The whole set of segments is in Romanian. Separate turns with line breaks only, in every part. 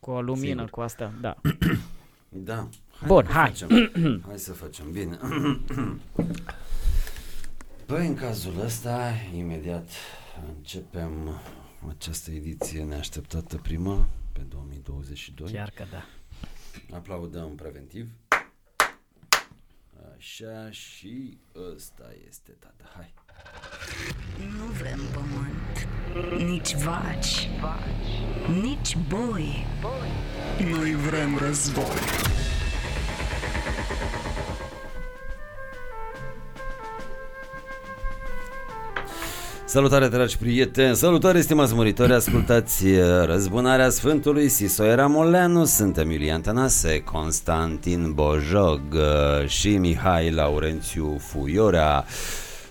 cu o lumină,
Sigur.
cu asta, da.
Da. Hai
Bun,
să
hai.
Facem. hai să facem bine. Păi, în cazul ăsta, imediat începem această ediție neașteptată prima pe 2022.
Chiar că da.
Aplaudăm preventiv. Așa și ăsta este tata. Hai.
Nu vrem pământ, nici vaci, nici boi. Noi vrem război.
Salutare, dragi prieteni! Salutare, stimați muritori! Ascultați eh, Răzbunarea Sfântului Sisoie Ramoleanu. Suntem Iulian Tănase, Constantin Bojog eh, și Mihai Laurențiu Fuiorea.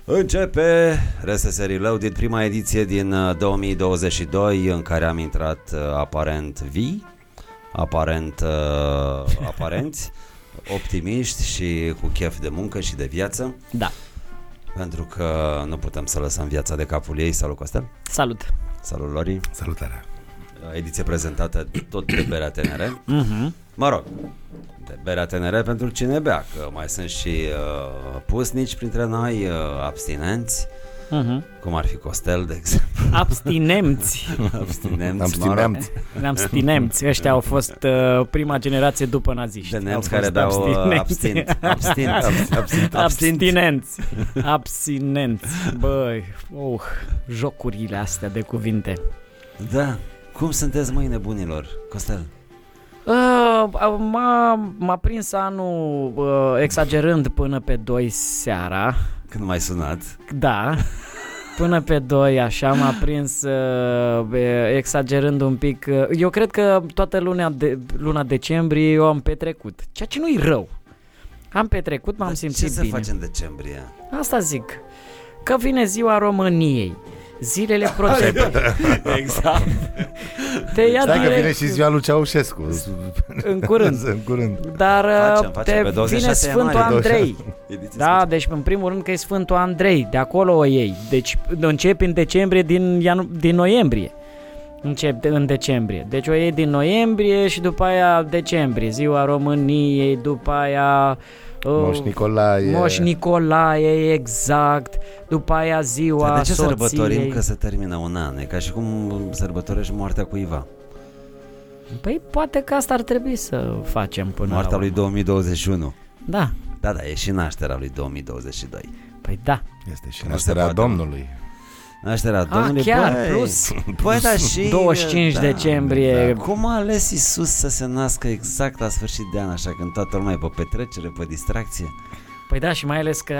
Începe RSS Reloaded, prima ediție din eh, 2022, în care am intrat eh, aparent vii, aparent eh, aparenți, optimiști și cu chef de muncă și de viață.
Da.
Pentru că nu putem să lăsăm viața de capul ei. Salut, Costel!
Salut.
Salut, Lori!
Salutare!
Ediție prezentată tot de Berea Tenere.
Mhm.
Mă rog, de Berea Tenere pentru cine bea, că mai sunt și uh, pusnici printre noi, uh, abstinenți,
Mhm.
cum ar fi Costel, de exemplu.
Abstinemți.
Abstinenți, mă
Abstineam
rog,
Abstinemți. Ăștia au fost uh, prima generație după naziști.
de
Au fost
nemți care dau uh,
abstinenți.
abstint. Abstint, abstint, abstint, abstint.
Abstinenți. Abstinenți. Băi, uh, jocurile astea de cuvinte.
Da. Cum sunteți mâine bunilor, Costel?
Uh, m-a, m-a prins anul uh, exagerând până pe 2 seara.
Când m-ai sunat?
Da. Până pe 2, așa, m-a prins uh, e, exagerând un pic. Uh, Eu cred că toată luna, de, luna decembrie eu am petrecut, ceea ce nu-i rău. Am petrecut, m-am
Dar
simțit
ce
bine.
să faci în decembrie?
Asta zic, că vine ziua României, zilele procente.
Exact.
Te ia
Stai că
direct
vine și ziua lui Ceaușescu
în curând.
În curând
Dar uh,
Facem, facem,
te
pe 26
vine Sfântul
ianuarie.
Andrei.
Ediție
Da, deci în primul rând că e Sfântul Andrei, de acolo o iei. Deci începi în decembrie din, ianu- din noiembrie. Încep de, în decembrie. Deci o iei din noiembrie și după aia decembrie, ziua României, după aia... uh,
Moș Nicolae
Moș Nicolae, exact. După aia ziua
Dar de ce
soției.
sărbătorim că se termină un an? E ca și cum sărbătorești moartea cuiva.
Păi poate că asta ar trebui să facem până la
Moartea
urmă.
lui 2021.
Da,
Da, da, e și nașterea lui 2022.
păi da.
Este și
Nu se
nașterea
poate.
Domnului
Nașterea
Ah,
Domnului
chiar,
băi,
plus,
Băi, da, și,
25
da,
decembrie.
Da. Cum a ales Isus să se nască exact la sfârșit de an, așa când toată lumea e pe petrecere, pe distracție?
Păi da, și mai ales că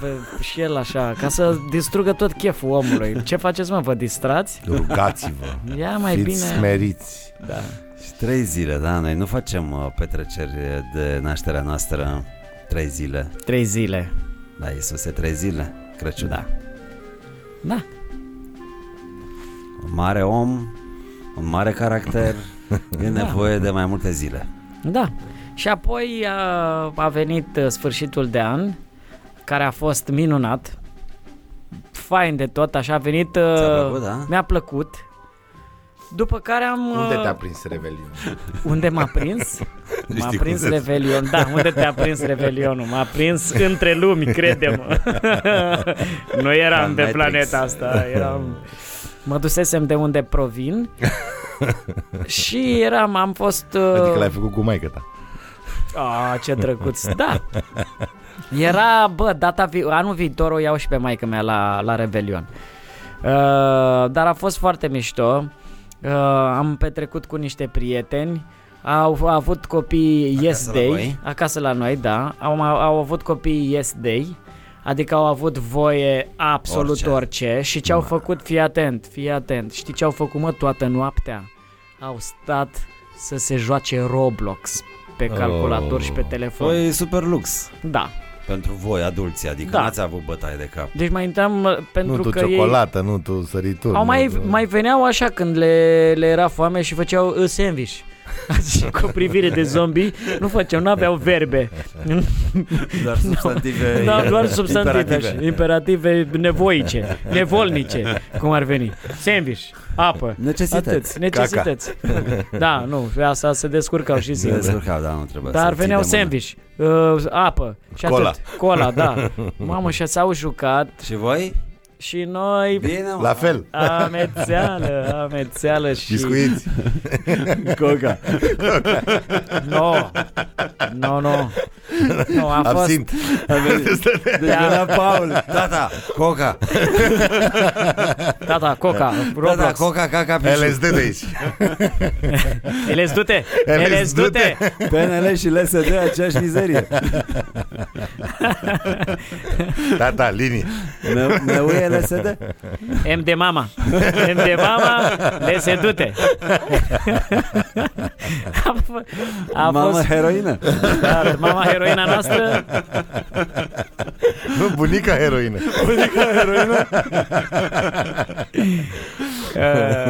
bă, și el așa, ca să distrugă tot cheful omului. Ce faceți, mă, vă distrați?
Rugați-vă
Ia mai
Fiți
bine.
smeriți
Da.
Și trei zile, da, noi nu facem uh, petreceri de nașterea noastră trei zile.
Trei zile.
Da, Isus e trei zile, Crăciun.
Da. Da.
Un mare om, un mare caracter, e nevoie de mai multe zile.
Da. Și apoi a, a venit uh, sfârșitul de an, care a fost minunat. Fain de tot, așa a venit. uh,
Ți-a plăcut, da?
Mi-a plăcut. După care am...
Unde
uh,
te-a prins Revelion?
Unde m-a prins? M-a
știi
prins
cum se-
Revelion, da, unde te-a prins Revelionul? M-a prins între lumi, credem. nu eram
Ca în
pe
Matrix.
planeta asta, eram... Mă dusesem de unde provin și eram, am fost... Uh...
Adică l-ai făcut cu maică ta
A, ce drăguț, da. Era, bă, data vi- anul viitor o iau și pe maica mea la, la Revelion. Uh, dar a fost foarte mișto. Uh, am petrecut cu niște prieteni. Au, au avut copii Yes
la
Day
voi?
acasă la noi, da. Au, au avut copii Yes Day. Adică au avut voie absolut orice,
Orice.
orice. și ce au făcut, fii atent, fii atent. Știi ce au făcut, mă, toată noaptea? Au stat să se joace Roblox pe calculator
Oh.
și pe telefon.
Păi e super lux
Da.
pentru voi, adulții, adică
Da.
da. n-ați avut bătaie de cap.
Deci mai intram uh, pentru
Nu tu
că ei
ciocolată, nu tu sărituri
au
nu
mai,
tu-
mai veneau așa când le, le era foame și făceau uh, sandwich. și cu o privire de zombie, nu făceau, nu aveau verbe.
Doar substantive.
Da, doar substantive,
imperative.
imperative. imperative nevoice, nevolnice, cum ar veni. Sandwich, apă,
Necesități.
atât, necesități. Da, nu, asta se descurcau și
Se
singuri.
descurcau, da, nu trebuie
Dar
să-l ții
veneau
de mână.
sandwich, uh, apă și
Cola.
atât. Cola, da. Mamă, și s-au jucat
Și voi?
și noi...
Bine, mă.
La fel.
Amețeală, amețeală și...
Biscuiți.
Coca.
No, no, no. no a Da. fost...
Absint.
Deci venea Paul. Tata, Coca. Da,
Tata, Coca, Roblox.
Tata, Coca, Caca, Pișu.
LSD de aici.
Eles du-te!
Eles,
Eles du-te!
PNL și LSD, aceeași mizerie.
Da, da, linie.
Ne, ne uie LSD?
M de mama. M de mama, le se du-te. A, f- a
Mamă,
fost
heroină.
dar mama heroina noastră.
Nu, bunica heroină.
uh,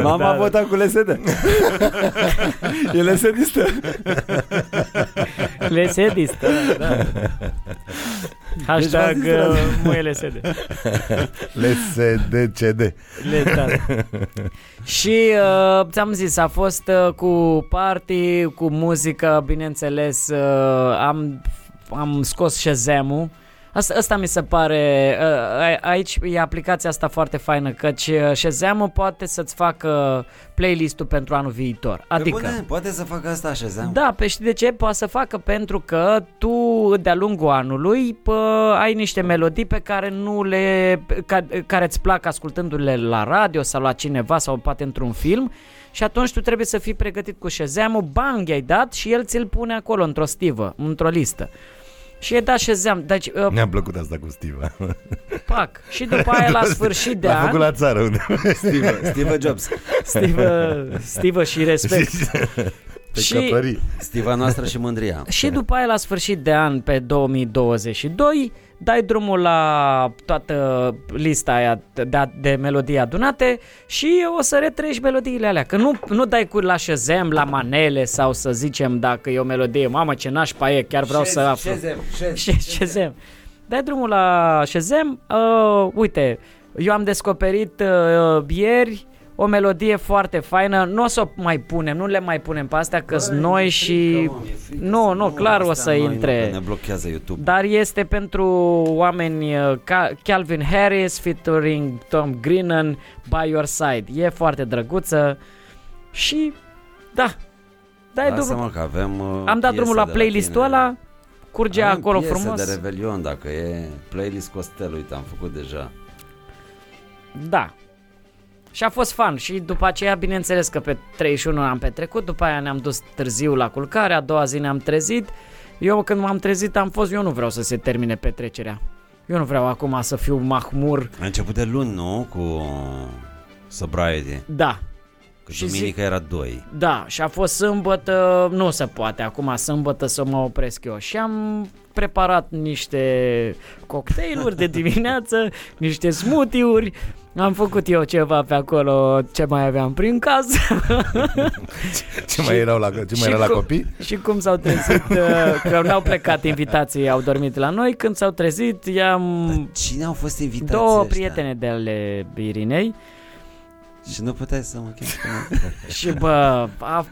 Mama a
da,
votat cu LSD. e lsd
Le se distă. Da. Hashtag
Deci v-ați distrat.
uh, muele sede.
LSD-CD.
Le, da. Și uh, ți-am zis, a fost uh, cu party, cu muzică, bineînțeles, uh, am, am scos Shazam-ul. Asta, asta mi se pare, uh, a- aici e aplicația asta foarte faină, căci uh, Shazam-ul poate să-ți facă playlist-ul pentru anul viitor. Adică...
Bune, poate să facă asta așa, Zeam.
Da, pe știi de ce? Poate să facă pentru că tu de-a lungul anului pă, ai niște melodii pe care nu le ca, care îți plac ascultându-le la radio sau la cineva sau poate într-un film și atunci tu trebuie să fii pregătit cu șezeamul, bang i-ai dat și el ți-l pune acolo într-o stivă, într-o listă. Și e dat șezeam, deci uh,
Mi-a plăcut asta cu Stiva.
pac. Și după aia la sfârșit de
L-a făcut
an,
la țară unde
Steve, Steve Jobs.
stivă, stivă și respect.
pe
Și-
căpării.
Stiva noastră și mândria.
Și după aia, la sfârșit de an, pe 2022, dai drumul la toată lista aia de, de melodii adunate și o să retreci melodiile alea. Că nu, nu dai cu la șezem, la manele sau să zicem dacă e o melodie, mamă ce nașpa e, chiar vreau să aflu.
Șezem, șezem.
Și Shazam. Dai drumul la Shazam. Uh, uite, eu am descoperit uh, ieri o melodie foarte faină. Nu o să o mai punem, nu le mai punem pe astea că noi și... Nu, nu, clar o să intre. Da,
Ne blochează YouTube.
Dar este pentru oameni uh, ca Calvin Harris featuring Tom Greenan By Your Side. E foarte drăguță și da. Dai drumul.
Lasă-mă că avem uh,
Am dat
piese
drumul la
de
playlist-ul
tine.
ăla. Curge
Avem
acolo
piese
frumos.
de Revelion, dacă e playlist Costel, uite, am făcut deja.
Da. Și a fost fan și după aceea bineînțeles că pe 31 am petrecut, după aia ne-am dus târziu la culcare, a doua zi ne-am trezit. Eu când m-am trezit am fost, eu nu vreau să se termine petrecerea. Eu nu vreau acum să fiu mahmur.
A început de luni, nu? Cu sobriety.
Da,
Că
Și
și duminica era 2.
da, și a fost sâmbătă, nu se poate acum sâmbătă să mă opresc eu. Și am preparat niște cocktailuri de dimineață, niște smoothie-uri, am făcut eu ceva pe acolo, ce mai aveam prin casă.
Ce mai erau la, ce mai
și
era la
cu-
copii?
Și cum s-au trezit, uh, că n-au plecat invitații, au dormit la noi, când s-au trezit, i-am
Cine au fost invitați
Mm. două
ăștia?
prietene de ale Irinei
Și nu puteai să mă chem pe
și bă, a,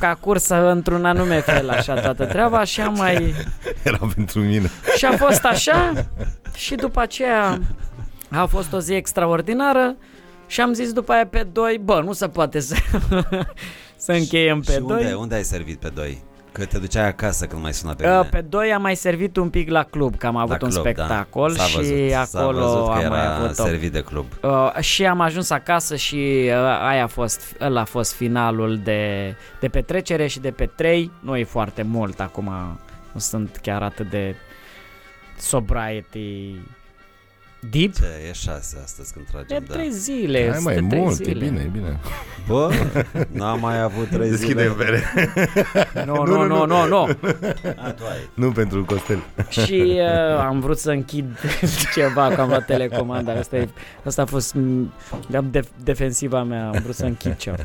ca cursă într-un anume fel așa toată treaba și am mai...
Era pentru mine.
Și a fost așa și după aceea a fost o zi extraordinară și am zis după aia pe doi, bă, nu se poate să, să încheiem pe
Și
doi.
unde, unde ai servit pe 2? Că te duceai acasă când mai suna pe
Uh,
mine.
Pe doi am mai servit un pic la club, că am avut un
club,
spectacol
da. S-a
și
văzut,
acolo
S-a văzut că
am
era
mai avut o...
servit de club.
Uh, și am ajuns acasă și uh, aia a fost, ăla a fost finalul de, de petrecere și de pe 3. Nu e foarte mult acum, nu sunt chiar atât de sobriety deep.
Ce, e 6 astăzi când
De
tragem, da.
trei zile,
Hai mai
de trei
mult, e
zile.
bine, e bine.
Bă, n-am mai avut 3
Deschide
zile.
bere.
Nu, nu, nu, nu, nu.
A, tu ai.
Nu pentru Costel.
Și uh, am vrut să închid ceva, că am luat telecomanda. Asta, e, asta a fost m, de- defensiva mea, am vrut să închid ceva.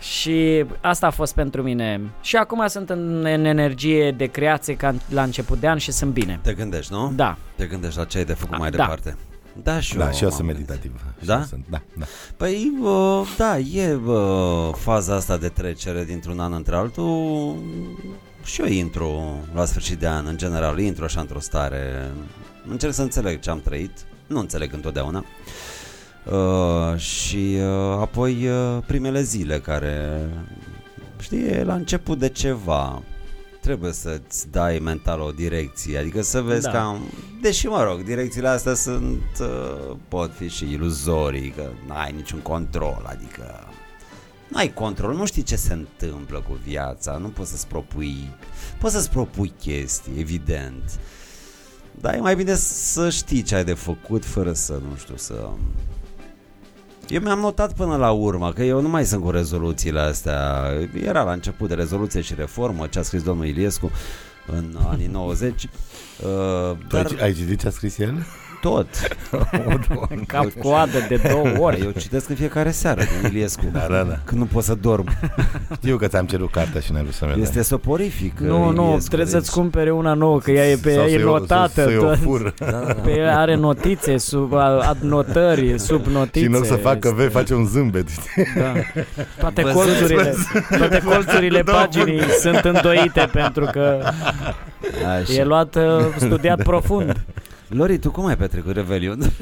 Și asta a fost pentru mine. Și acum sunt în, în energie de creație ca în- la început de an și sunt bine.
Te gândești, nu?
Da.
Te gândești la ce ai de făcut
A,
mai
da.
departe. Da, și eu,
Da, și eu
m-am
sunt
gândit.
meditativ. Și
Da?
eu Sunt, da, da.
Păi, uh, da, e uh, faza asta de trecere dintr-un an între altul și eu intru la sfârșit de an, în general, intru așa într-o stare, încerc să înțeleg ce am trăit, nu înțeleg întotdeauna, uh, și uh, apoi uh, primele zile care, știi, e la început de ceva, trebuie să-ți dai mental o direcție, adică să vezi
Da.
da. cam, deși mă rog, direcțiile astea sunt, uh, pot fi și iluzorii, că n-ai niciun control, adică nu ai control, nu știi ce se întâmplă cu viața, nu poți să-ți propui, poți să-ți propui chestii, evident, dar e mai bine să știi ce ai de făcut fără să, nu știu, să... Eu mi-am notat până la urmă că eu nu mai sunt cu rezoluțiile astea. Era la început de rezoluție și reformă, ce a scris domnul Iliescu în anii 90. Uh,
Tu
dar
ai, ai citit ce a scris el?
tot.
Cap coadă de două ori.
Eu citesc în fiecare seară din Iliescu.
Da, da, da.
Când nu pot să dorm.
Știu că ți-am cerut cartea și n-ai vrut să-mi o dai.
Este soporific.
Nu, nu,
Iliescu,
trebuie să-ți
deci-
cumpere una nouă, că ea e pe ea
Sau
e
să-i o-
notată.
Să-i o
tot.
fur.
Pe ea are notițe, sub a- adnotări, sub notițe.
Și în loc să facă
Este-
V, face un zâmbet. știi?
Da. Toate
Văzând-
colțurile, toate colțurile
Două
paginii sunt îndoite pentru că
Așa.
e luat uh, studiat profund.
Lori, tu cum ai petrecut Revelion?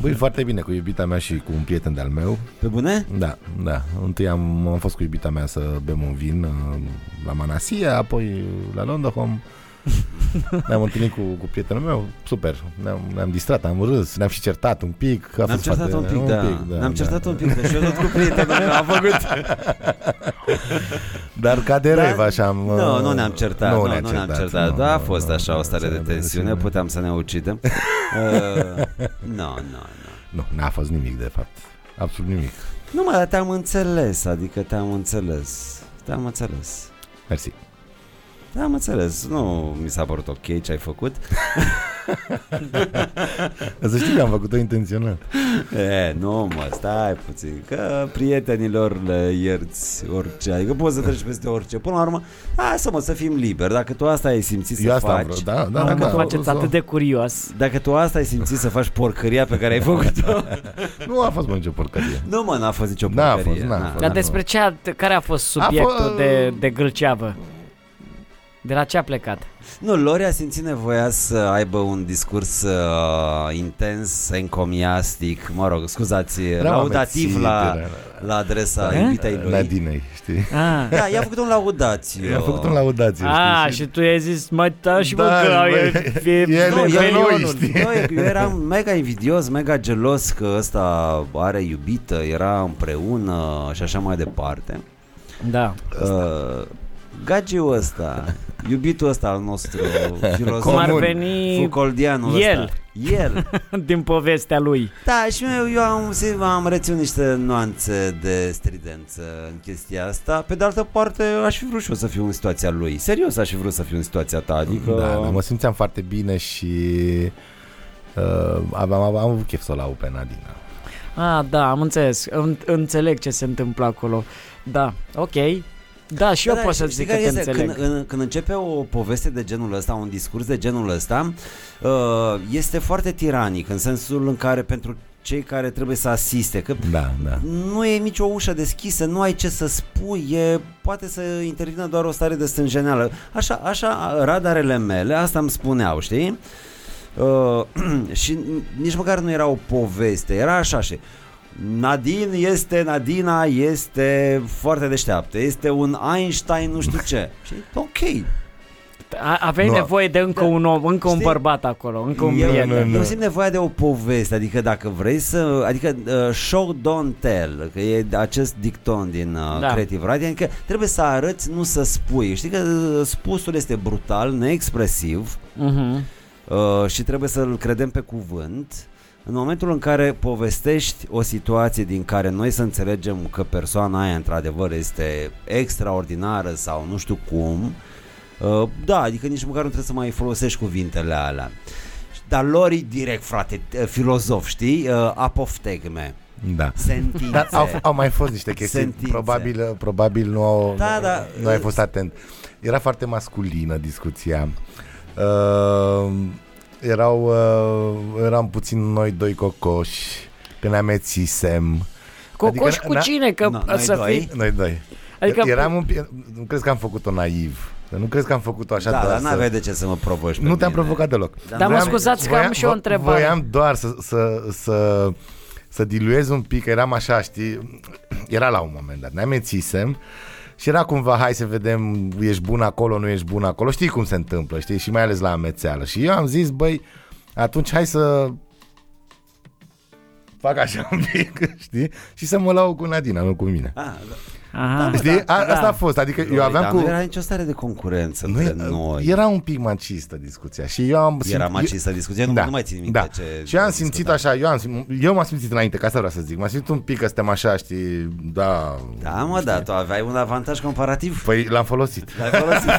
Băi, foarte bine, cu iubita mea și cu un prieten de-al meu.
Pe bune?
Da, da. Întâi am, am fost cu iubita mea să bem un vin uh, la Manasia, apoi uh, la Londonhom. Ne-am întâlnit cu, cu prietenul meu, super. Ne-am, ne-am distrat, am râs, ne-am și certat un pic. A
Ne-am
fost
certat
foarte-
un pic, da. Ne-am certat un pic, deci eu tot cu prietenul meu am făcut.
Dar ca de
Da.
rev, așa am...
Nu,
uh,
nu ne-am certat, nu, nu ne-am certat,
nu,
da, a
nu,
fost
nu,
așa
nu,
o stare de
nu,
tensiune,
nu,
puteam să ne ucidem. Uh, Nu, nu, nu.
Nu, n-a fost nimic, de fapt. Absolut nimic.
Nu, mă, dar te-am înțeles, adică te-am înțeles. Te-am înțeles.
Mersi.
Te-am înțeles, nu mi s-a părut ok ce ai făcut.
Să știi că am făcut-o intenționat.
E, nu mă, stai puțin Că prietenilor le ierți orice Adică poți să treci peste orice Până la urmă, hai să mă, să fim liberi Dacă tu asta ai simțit să
Eu asta am
faci
vrut, da, da,
Dacă
da.
faceți
da.
atât de curios.
Dacă tu asta ai simțit să faci porcăria pe care ai făcut-o
Nu a fost mă, nicio porcărie.
Nu mă, n-a fost nicio
N-a
porcărie
fost, n-a fost.
Dar
da.
nu.
despre ce a, care a fost subiectul
A fost-
de, de gâlceavă? De la ce a plecat?
Nu, Lori a simțit nevoia să aibă un discurs uh, intens, encomiastic Mă rog, scuzați,
Eram
laudativ
amețit,
la,
era-
la adresa
Da?
iubitei lui
Nadinei, știi?
Ah.
da, i-a făcut un uh. laudațiu.
Eu am făcut un laudație,
A,
știi?
Ah, și tu i-ai zis, mă, ta și mă,
Da,
că
băi,
e, e,
ele
nu,
de
e
noi,
Ionul.
știi?
Noi, Da, eu eram mega invidios, mega gelos că ăsta are iubită, era împreună și așa mai departe.
Da.
Uh, gagiul ăsta, iubitul ăsta al nostru,
Cum
filozof,
ar
Comun.
veni
Fucoldianul
El.
ăsta. El.
din povestea lui?
Da, și eu, eu am, sim- am reținut niște nuanțe de stridență în chestia asta. Pe de altă parte, aș fi vrut și eu să fiu în situația lui. Serios, aș fi vrut să fiu în situația ta. Adică...
Da, da, mă simțeam foarte bine și uh, aveam, am, am avut chef să o lau pe Nadina.
Ah, da, am înțeles. În, înțeleg ce se întâmplă acolo. Da, ok. Da, și eu
Da,
pot să
știi
zic că
care
te
este?
înțeleg.
Când, în, când începe o poveste de genul ăsta, un discurs de genul ăsta, uh, este foarte tiranic în sensul în care pentru cei care trebuie să asiste, că
Da, da.
nu e nicio ușă deschisă, nu ai ce să spui, e, poate să intervină doar o stare de stânjeneală. Așa, așa radarele mele, asta îmi spuneau, știi? Uh, și nici măcar nu era o poveste, era așa și Nadine este, Nadina este foarte deșteaptă, este un Einstein nu știu ce. Și ok,
A, aveai
Nu,
nevoie de încă un om, încă un
Știi?
bărbat acolo, încă un
Eu-
prieten.
nu, nu.
Eu simt nevoia de o poveste, adică dacă vrei să, adică uh, show don't tell, că e acest dicton din uh,
Da.
da. Creative Writing, adică trebuie să arăți, nu să spui. Știi că uh, spusul este brutal, neexpresiv
Mhm.
Mm-hmm.
uh, și trebuie să-l credem pe cuvânt. În momentul în care povestești o situație din care noi să înțelegem că persoana aia într-adevăr este extraordinară sau nu știu cum, uh, da, adică nici măcar nu trebuie să mai folosești cuvintele alea. Dar Lori direct, frate, t- filozof, știi? Uh, Apoftecme.
Da.
Sentințe.
Dar au, au mai fost niște chestii
Sentințe.
Probabil, probabil nu, au,
Da, da.
nu ai fost atent Era foarte masculină discuția uh, Erau uh, Eram puțin noi doi cocoși Că ne amețisem
Cocoș
Adică,
cu
na-
cine? Că
na-
na,
noi
să
doi.
fii...
Noi doi
Adică-
adică Eram un pic, Nu crezi că am făcut-o naiv Nu crezi că am făcut-o așa
da,
doar
dar
să-
n-aveai de ce să mă provoci pe
Nu te-am
mine.
provocat deloc
Dar
Dar mă
Voiam-
scuzați că am și o
vo-
întrebare.
Voiam doar să, să, să, să diluez un pic, eram așa, știi, era la un moment dat, ne amețisem și era cumva, hai să vedem, ești bun acolo, nu ești bun acolo, știi cum se întâmplă, știi, și mai ales la amețeală. Și eu am zis, băi, atunci hai să fac așa un pic, știi, și să mă lau cu Nadina, nu cu mine.
Ah, da.
Aha.
Știi, a,
da.
asta a fost, adică eu
Lolita,
aveam cu...
Nu era nicio stare de concurență
nu
între
e-
noi.
Era un pic macistă discuția și eu am
Era
simt-
macistă discuția, nu, nu mai țin minte
da.
ce
Și eu am
am
simțit
discutat.
așa, eu, am, sim- eu m-am simțit înainte, ca asta vreau să zic, m-am simțit un pic că suntem așa, știi, da...
Da, mă, da, tu aveai un avantaj comparativ.
Păi l-am folosit.
L-ai folosit.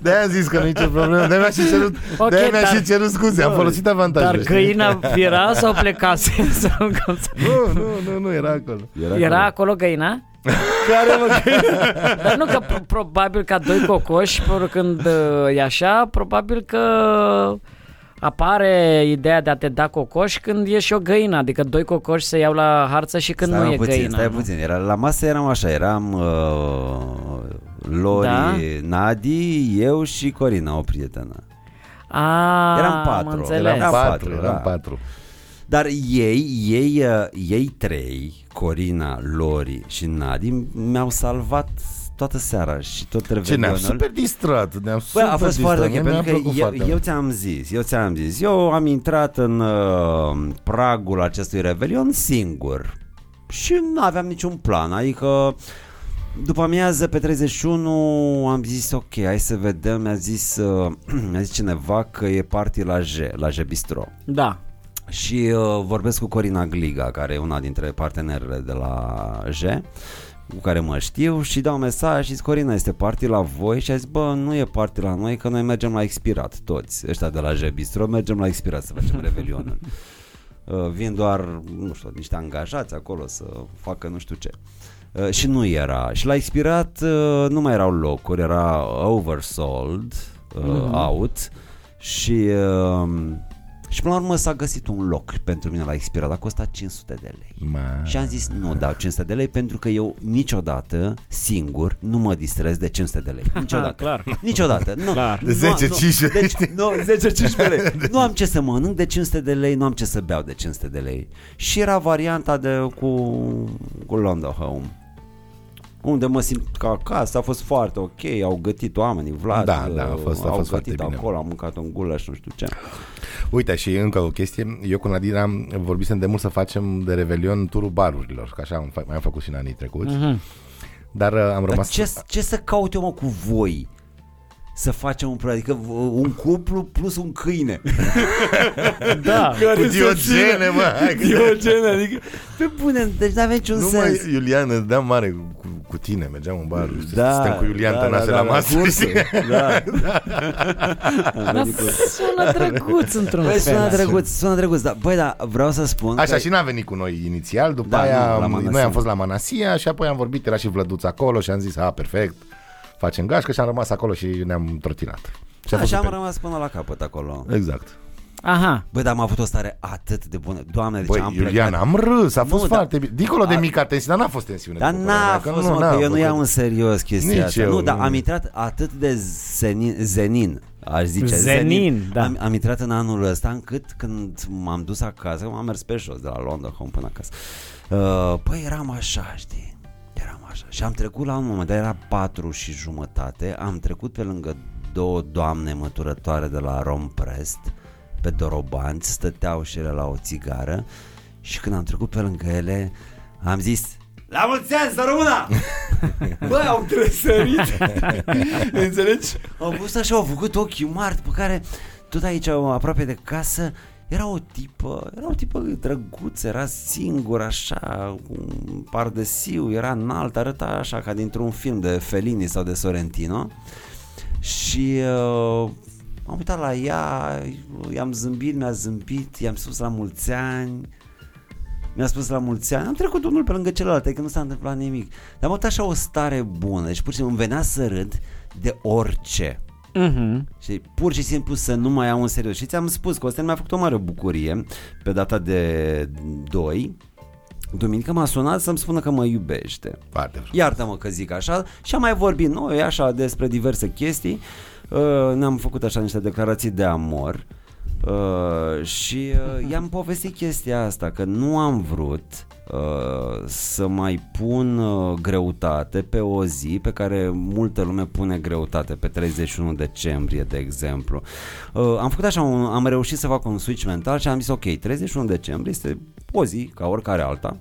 de am zis că nu e nicio problemă, de-aia mi-a și cerut,
Ok,
de-aia mi-a
dar-
și cerut scuze, am folosit avantajul.
Dar
știi?
găina era sau plecase? Sau cum să-
Nu, nu, nu, nu, era acolo.
Era acolo găina? Care mă găina? Dar nu că pro- probabil ca doi cocoși, pur- când uh, e așa, probabil că apare ideea de a te da cocoș când e și o găină, adică doi cocoși se iau la harță și când
Stai
nu
mă
e
puțin,
găina.
Stai
nu?
puțin, era, la masă eram așa, eram uh, Lori,
Da.
Nadi, eu și Corina, o prietenă.
A,
Eram
Ah, am
patru.
înțeles.
Eram
Era
patru,
patru, da.
eram patru.
Dar ei, ei, uh, ei trei, Corina, Lori și Nadi, mi-au salvat toată seara și tot
Ce, ne-am
revelionul.
super distrat, ne-am super
Bă, a fost
distrat,
foarte ok,
mie mi-a
pentru că eu,
plăcut foarte
eu
mult.
ți-am zis, eu ți-am zis, eu am intrat în uh, pragul acestui revelion singur și nu aveam niciun plan, adică după amiază pe 31 am zis ok, hai să vedem, mi-a zis, uh, mi-a zis cineva că e party la J, la J Bistro.
Da.
Și uh, vorbesc cu Corina Gliga, care e una dintre partenerele de la J, cu care mă știu și dau mesaj și zic, Corina, este party la voi? Și a zis, bă, nu e party la noi, că noi mergem la expirat, toți ăștia de la J Bistro, mergem la expirat să facem revelionul. Uh, vin doar, nu știu, niște angajați acolo să facă nu știu ce. Uh, și nu era. Și la expirat uh, nu mai erau locuri, era oversold, uh,
Mhm.
out și uh, și până la urmă s-a găsit un loc pentru mine la expirat, a costat 500 de lei.
Ma-
Și am zis, nu dau 500 de lei pentru că eu niciodată, singur, nu mă distrez de 500 de lei. Niciodată.
Da,
clar.
Niciodată. Nu,
Clar.
Nu,
10,
nu.
15,
Deci, nu, 10-15 lei. Nu am ce să mănânc de 500 de lei, nu am ce să beau de 500 de lei. Și era varianta de cu, cu London Home. Unde mă simt ca acasă, a fost foarte ok, au gătit oamenii, Vlad, uh,
Da, da, a fost- a
au
fost foarte
gătit
bine.
acolo, am mâncat un gulaș, nu știu ce.
Uite, și încă o chestie. Eu cu Nadina am- vorbisem de mult să facem de Revelion turul barurilor, că așa am, fa- mai am făcut și în anii trecuți. Mm-hmm. Dar uh, am
Mhm. Dar
rămas...
ce, ce să caut eu mă cu voi? Să facem un proiect, adică v- un cuplu plus un câine.
Da.
Cu Diogene, mă! Hai, că-
Diogene, adică pe bune, deci n-avea niciun
nu mai,
sens.
Iulian, îți dăm mare cu, cu tine, mergeam în bar,
Da,
stăm cu Iulian
da,
Tănase
da, da,
la
la
masă.
cursă.
știi?
Da. Am
Dar
venit cu-
sună drăguț într-un
Băi, sună
fel.
drăguț, sună drăguț, dar băi, da, vreau să spun
Așa,
că
și n-a venit cu noi inițial, după
Da, nu, la
aia am-
Manasia.
noi am fost la Manasia și apoi am vorbit, era și Vlăduț acolo și am zis, a, perfect, facem gașcă și am rămas acolo și ne-am trotinat. Și a fost
așa am
super.
rămas până la capăt acolo.
Exact.
Aha.
Băi, dar am avut o stare atât de bună. Doamne, deci
Băi,
am plecat.
Iulian, am râs, a fost
Nu,
nu,
dar-
foarte bine. Dincolo de
a-
mica tensiune, dar n-a fost tensiune.
Dar
după
n-a
părerea mea, că
fost, mă, că eu nu
făcut.
iau în serios chestia
Nici
asta.
eu,
nu, dar
nu.
am intrat atât de zenin, zenin aș zice.
Zenin, da.
Am, am, intrat în anul ăsta încât când m-am dus acasă, m-am mers pe jos de la Londra Home până acasă. Uh, păi eram așa, știi? Eram așa. Și am trecut la un moment dat, era patru și jumătate, am trecut pe lângă două doamne măturătoare de la Romprest, pe Dorobanți, stăteau și ele la o țigară și când am trecut pe lângă ele, am zis, la mulți ani, să rămână! Bă, au tresărit Înțelegi? Au fost așa, au făcut ochii mari Pe care tot aici, aproape de casă era o tipă, era o tipă drăguță, era singur așa, cu un pardesiu, era înalt, arăta așa ca dintr-un film de Fellini sau de Sorrentino și uh, am uitat la ea, i-am zâmbit, mi-a zâmbit, i-am spus la mulți ani, mi-a spus la mulți ani, am trecut unul pe lângă celălalt, adică nu s-a întâmplat nimic. Dar am avut așa o stare bună, deci pur și simplu îmi venea să râd de orice.
Mhm.
Și pur și simplu să nu mai iau în serios. Și ți-am spus, Costel mi-a făcut o mare bucurie pe data de 2. Duminică m-a sunat să-mi spună că mă iubește.
Foarte frumos.
Iartă-mă că zic așa și am mai vorbit noi așa despre diverse chestii. Uh, Ne-am făcut așa niște declarații de amor uh, și uh, i-am povestit chestia asta că nu am vrut uh, să mai pun uh, greutate pe o zi pe care multă lume pune greutate pe 31 decembrie de exemplu. Uh, Am făcut așa, un, am reușit să fac un switch mental și am zis ok, 31 decembrie este o zi ca oricare alta.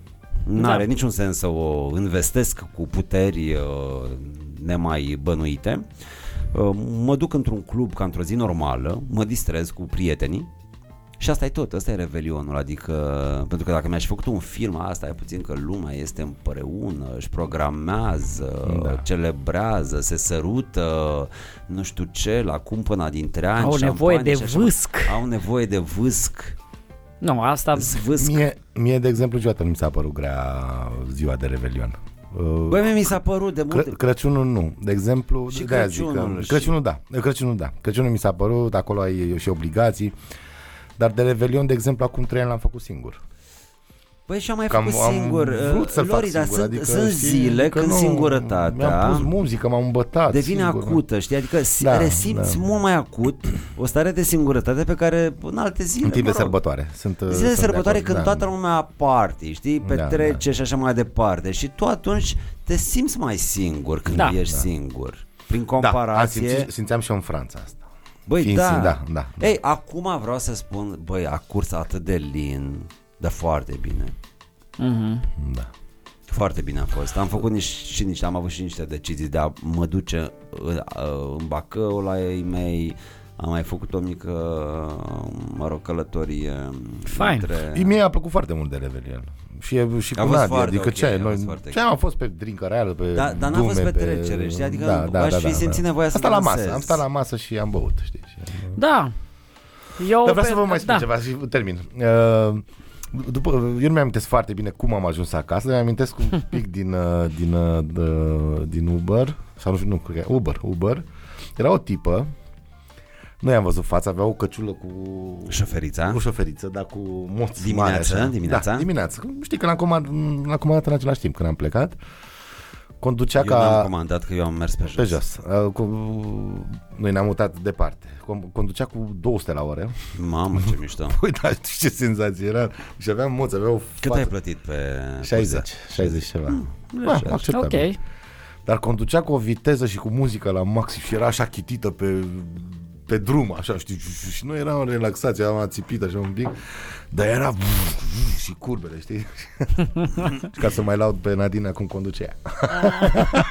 N-are
Da.
niciun sens să o investesc cu puteri uh, nemai bănuite. Uh, Mă duc într-un club ca într-o zi normală, mă distrez cu prietenii și asta e tot, asta e revelionul, adică pentru că dacă mi-aș fi făcut un film, asta e puțin că lumea este împreună, își programează, da.
Da.
celebrează, se sărută, nu știu ce, la cumpăna dintre ani.
Au
șampanie
nevoie de
și așa mai-
vâsc.
Au nevoie de vâsc.
Nu, asta...
Zvâsc.
Mie, mie, de exemplu, niciodată nu mi s-a părut grea ziua de Revelion. Uh,
Băi, mie mi s-a păcut de multe...
Cră- Crăciunul nu. De exemplu,
Și
de-aia zic că-
Crăciunul și-
Crăciunul da. Crăciunul da. Crăciunul mi s-a părut, acolo ai și obligații. Dar de Revelion, de exemplu, acum trei ani l-am făcut singur.
Păi și am mai
Că am-
făcut
am
singur. uh,
vrut să
Lori,
fac
dar
singur,
sunt,
adică
sunt
știi
zile
că
când
nu- Mi-am
singurătatea
pus muzică, m-am îmbătat.
devine
singur,
acută, știi? Adică da,
Da,
resimți
da.
mult mai acut o stare de singurătate pe care în alte zile,
În timp
mă
de
rog,
sărbătoare. Sunt, uh,
Zile de
sunt
sărbătoare
acord,
când
da.
toată lumea party, știi, petrece și așa mai departe și tu atunci te simți mai singur când
Da.
ești singur. Prin
Da, am
comparație,
simțit, simțeam și eu în Franța asta.
băi,
fiind
da.
sing- da, da, da.
Ei, acum vreau să spun, băi, a curs atât de lin, dar foarte bine.
Mhm.
Da.
Foarte bine a fost. Am făcut niște, și niște, am avut și niște decizii de a mă duce în, în Bacău la ei mei. Am mai făcut o mică, uh, mă rog, călătorie.
Fain.
E, da. Mie a plăcut foarte mult de Revelion. Și, e- și
A
cu
fost
Nadia,
foarte
adică
ok,
ce ai,
a
noi,
fost foarte
ce am fost pe drincă reală, pe
Da, dar n-a
dume,
fost
pe Da,
petrecere, știi? Adică aș fi simțit nevoia să
Asta la
dansez.
masă, am stat la masă și am băut, știi? Și,
Da. Eu
Dar vreau
pe-
să vă mai spun
da.
ceva și termin. Uh, După, eu nu mi-am amintesc foarte bine cum am ajuns acasă, mi-am amintesc un pic din, uh, din, uh, d- din Uber, sau nu știu, nu, cred că Uber, Uber. Era o tipă, nu i-am văzut fața, avea o căciulă cu
Șoferița.
cu șoferiță, dar cu moți
Dimineața,
mari, așa.
dimineața?
Da, dimineața. Știi că l-am comandat, l-am comandat în același timp când am plecat. Conducea
Eu
ca...
n-am comandat că eu am mers pe jos.
Pe jos. Uh, Cu... Noi ne-am mutat departe. Com- Conducea cu 200 la oră.
Mamă, ce mișto.
Păi, da, știi ce senzație era. Și aveam moți, avea o
Cât
față.
ai plătit pe...
60,
buze?
60 ceva. Mm, da, acceptabil.
Hmm, Ok.
Dar conducea cu o viteză și cu muzică la maxim și era așa chitită pe, pe drum, așa, știi, și- și noi eram relaxați, eram ațipit așa un pic, dar era și curbele, știi? Ca să mai laud pe Nadine acum conduce ea.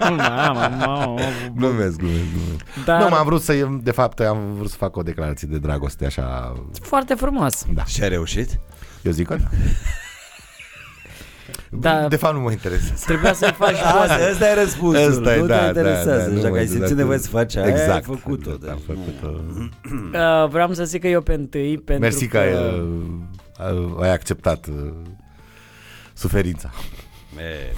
Mamă, mamă.
Glumesc, glumesc, glumesc.
Dar
Nu, m-am vrut să, de fapt, am vrut să fac o declarație de dragoste, așa,
foarte frumos.
Da.
Și ai reușit?
eu zic că da.
Da,
De fapt nu mă interesează.
trebuia să faci poze.
Asta, asta e răspunsul.
Da, Asta e,
nu
da,
te
da,
interesează.
da, nu
așa
mă
că ai simțit
interesează.
nevoie să faci aia, ai
Exact.
făcut-o.
Da, am
deci nu-
făcut-o.
Uh, vreau să zic că eu pe întâi pentru
Mersi că
că...
ai, uh, ai acceptat uh, suferința.
E,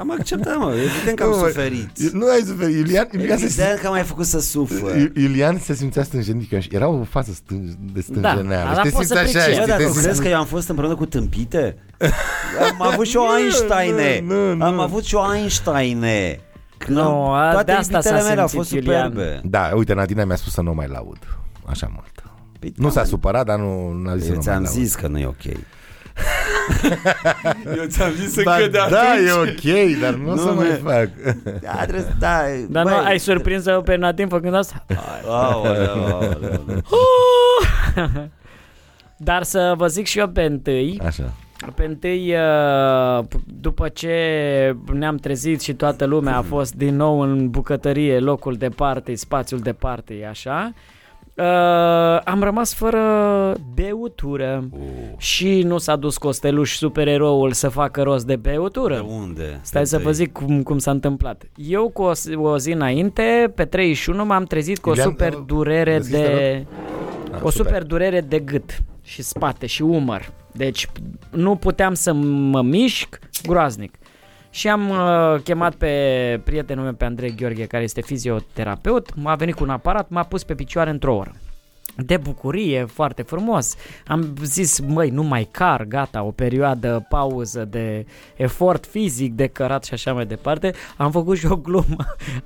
Am acceptat, mă. Evident că am
Nu, mă,
suferit.
Nu ai suferit. Ilian, Ilian, se, simțea-
Evident că m-ai făcut să sufăr.
I- Ilian se simțea stânjenit. că Era o față stân, de stânjeneală.
Da, dar
te
poți să
simți așa,
pricep.
Bă,
știi,
dar
te
tu
simți-
crezi că eu am fost împreună cu tâmpite? Am avut și o
Nu,
Einsteine.
nu, nu.
Am avut și o Einsteine. Când am-
Nu, a-
toate
de asta
iubitele
s-a
mele au
simțit
fost
Iulian.
superbe.
Da, uite, Nadina mi-a spus să nu o mai laud. Așa mult.
Păi,
Nu
da,
s-a
mă,
supărat, dar nu n-a zis să
Eu
nu o
ți-am
mai laud.
zis că nu e ok. eu ți-am zis să
Ba, da, e ok, dar nu, o să
Nu,
mai
mă.
fac.
Da, trebuie să... Da,
Dar nu,
băi.
ai surprins-o pe Nadine făcând asta?
Aoleu, aoleu.
Dar să vă zic și eu pe întâi
Așa.
Pe întâi, uh, p- după ce ne-am trezit și toată lumea a fost din nou în bucătărie, locul de party, spațiul de party, așa, uh, am rămas fără beutură
Oh.
și nu s-a dus Costeluș, supereroul, să facă rost de beutură.
De unde?
Stai să vă zic cum, cum s-a întâmplat. Eu cu o, s- o zi înainte, pe 31, m-am trezit cu o
Iulian,
super
uh,
durere
deschizi,
de...
Ah,
O
super.
super durere de gât. și spate și umăr. Deci nu puteam să mă mișc groaznic. Și am uh, chemat pe prietenul meu, pe Andrei Gheorghe, care este fizioterapeut, m-a venit cu un aparat, m-a pus pe picioare într-o oră. De bucurie, foarte frumos. Am zis, măi, nu mai car, gata, o perioadă, pauză de efort fizic, de cărat și așa mai departe. Am făcut și o glumă,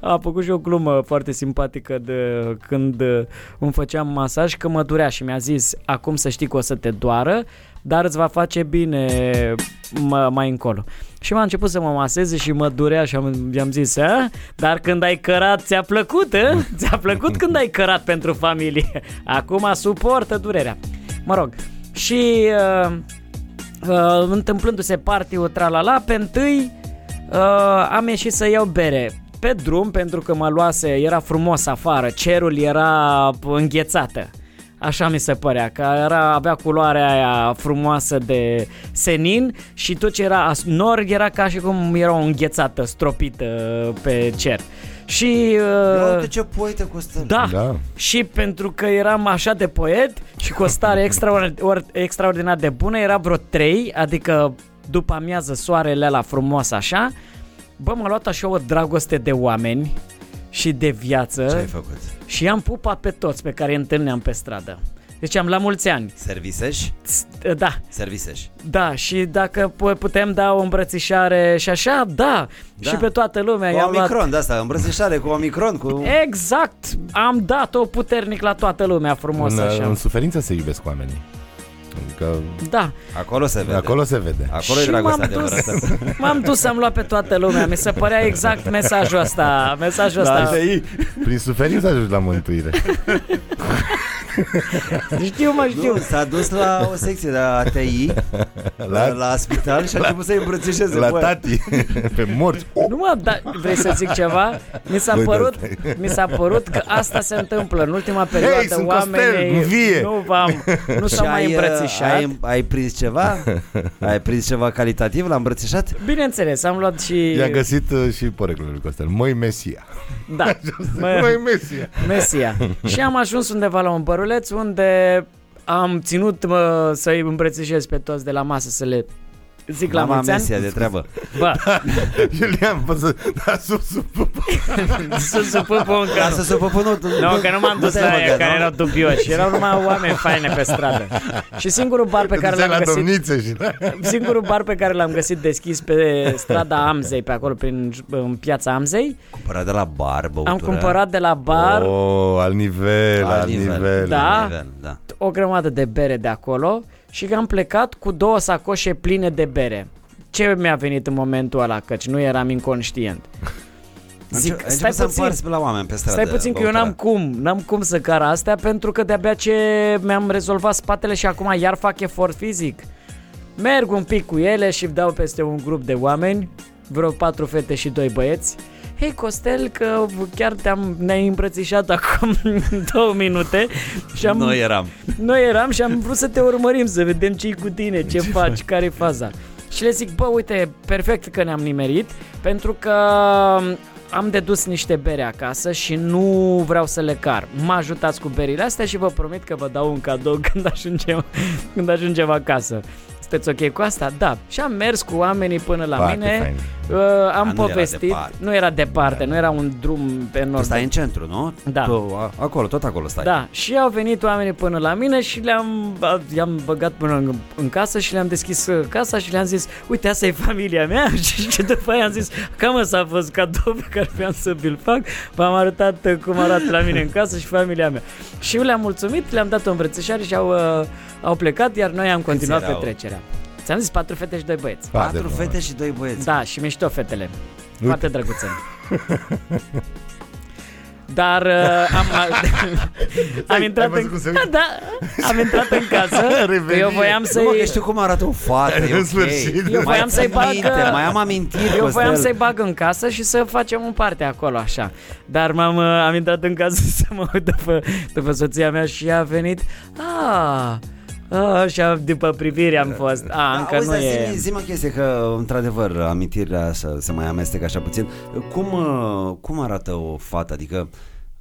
am făcut și o glumă foarte simpatică de când uh, îmi făceam masaj, că mă durea și mi-a zis, acum să știi că o să te doară, dar îți va face bine mă, mai încolo. Și m-a început să mă maseze și mă durea și am, i-am zis, a? dar când ai cărat ți-a plăcut, a? ți-a plăcut când ai cărat pentru familie. Acum suportă durerea. Mă rog, și uh, uh, întâmplându-se party-ul tralala, pe întâi uh, am ieșit să iau bere pe drum pentru că mă luase, era frumos afară, cerul era înghețată. Așa mi se părea, că era, avea culoarea aia frumoasă de senin și tot ce era as- nor era ca și cum era o înghețată, stropită pe cer. Și...
Ia
Uh,
uite ce poetă Costel.
da,
Da.
și pentru că eram așa de poet și cu o stare extraordinar, or, extraordinar de bună, era vreo 3, adică după amiază soarele la frumos așa, bă, m-a luat așa o dragoste de oameni și de viață
Ce ai făcut?
și i-am pupat pe toți pe care îi întâlneam pe stradă. Deci am la mulți ani.
Servisești?
Ts- Da,
Servisești.
da, și dacă pu- putem da o îmbrățișare și așa, da.
Da.
da. Și pe toată lumea
Cu
i-am luat
Omicron, de asta, îmbrățișare cu Omicron, cu...
Exact, am dat-o puternic la toată lumea frumos
În,
așa.
în suferință se iubesc oamenii. Adică
Da.
Acolo se
de
vede.
acolo se vede.
Acolo e
și
dragostea
m-am dus,
adevărată.
m-am dus, am luat pe toată lumea. Mi se părea exact mesajul ăsta, mesajul
Da,
ăsta.
Prin suferință ajungi la mântuire.
Știu, mă, știu.
Nu, s-a dus la o secție de ATI la,
La-
la spital și a început să-i îmbrățișeze
la
băi.
tati, pe morți. Oh!
Nu mă, da, vrei să zic ceva? Mi s-a
Băi,
părut,
da,
mi s-a părut că asta se întâmplă în ultima perioadă.
sunt Costel,
oamenii
nu vie!
nu v-am, nu s-au
Și
mai
ai, uh,
îmbrățișat.
Ai, ai prins ceva? ai prins ceva calitativ? L-a îmbrățișat?
Bineînțeles, am luat și...
I-a găsit uh, și poreclul lui Costel. Măi Mesia.
Da. Mă-
Măi Mesia.
Mesia. și am ajuns undeva la un băruleț unde am ținut mă, să-i îmbrățișez pe toți de la masă să le zic la
Mama
mulți ani.
Mesia de treabă.
Bă,
Iulian, poți să... Da, sub, sub, sub.
să supun încă
Dar Da, să se pupă, nu,
nu, că nu m-am dus
te-ai
la ei,
băgat,
care
nu?
erau dubioși. Erau numai oameni faine pe stradă. Și singurul bar pe
Te
care
duceai
l-am
la
găsit...
domnițe și la...
Singurul bar pe care l-am găsit deschis pe strada Amzei, pe acolo, prin, în piața Amzei,
Cumpărat de la bar, băutură.
am cumpărat de la bar
Oh, al nivel,
Alt
al, nivel.
Da.
alt nivel, da.
o grămadă de bere de acolo și că am plecat cu două sacoșe pline de bere. Ce mi-a venit în momentul ăla, căci nu eram inconștient. Zic,
Zic,
stai
să
puțin,
împarți pe la oameni pe stradă.
stai puțin că eu
băutura.
n-am cum, n-am cum să car astea pentru că de-abia ce mi-am rezolvat spatele și acum iar fac efort fizic. Merg un pic cu ele și dau peste un grup de oameni, vreo patru fete și doi băieți. Hei Costel, că chiar te-am, ne-ai îmbrățișat acum două minute și am
Noi eram.
noi eram și am vrut să te urmărim, să vedem ce cu tine, ce, faci, care e faza. Și le zic, bă, uite, perfect că ne-am nimerit, pentru că am dedus niște bere acasă și nu vreau să le car. Mă ajutați cu berile astea și vă promit că vă dau un cadou când ajungem, când ajungem acasă. Sunteți ok cu asta? Da. Și am mers cu oamenii până la
Foarte
mine.
fain.
Uh, am
nu era
povestit.
departe.
nu era departe, nu era un drum
Tu
enorm.
stai în centru, nu?
Da.
Tu, a- acolo, tot acolo stai.
Da, și au venit oamenii până la mine și le-am a- i-am băgat până în, în casă și le-am deschis uh, casa și le-am zis, uite, asta e familia mea și, și după aia am zis, cam asta a fost cadou pe care vreau să vi-l fac, v-am arătat uh, cum arată la mine în casă și familia mea. Și eu le-am mulțumit, le-am dat o îmbrățișare și au, uh, au plecat, iar noi am continuat
erau?
petrecerea. Ți-am zis patru fete și doi băieți.
Foarte
Patru
frumos.
fete și doi băieți.
Da, și mișto fetele. Foarte drăguțe. Dar uh, am, am intrat
văzut
în
cum se uită?
da, am intrat în casă. că eu
Revenire.
voiam să
Nu, mă, că știu cum arată o fată, e
În
ok.
sfârșit. da.
Eu voiam
Mai
să-i
țin
bag,
minte,
uh,
Mai am amintiri,
eu voiam
Costel.
să-i bag în casă și să facem un parte acolo așa. Dar m-am uh, am intrat în casă să mă uit după, după soția mea și ea a venit. Ah, Ah, și a- după privire am fost. Ah, încă
Da, Auzi,
nu
dar
e.
Zi, zi-mi o chestie că, într-adevăr, amintirea așa, se mai amestecă așa puțin. Cum, uh, cum arată o fată? Adică,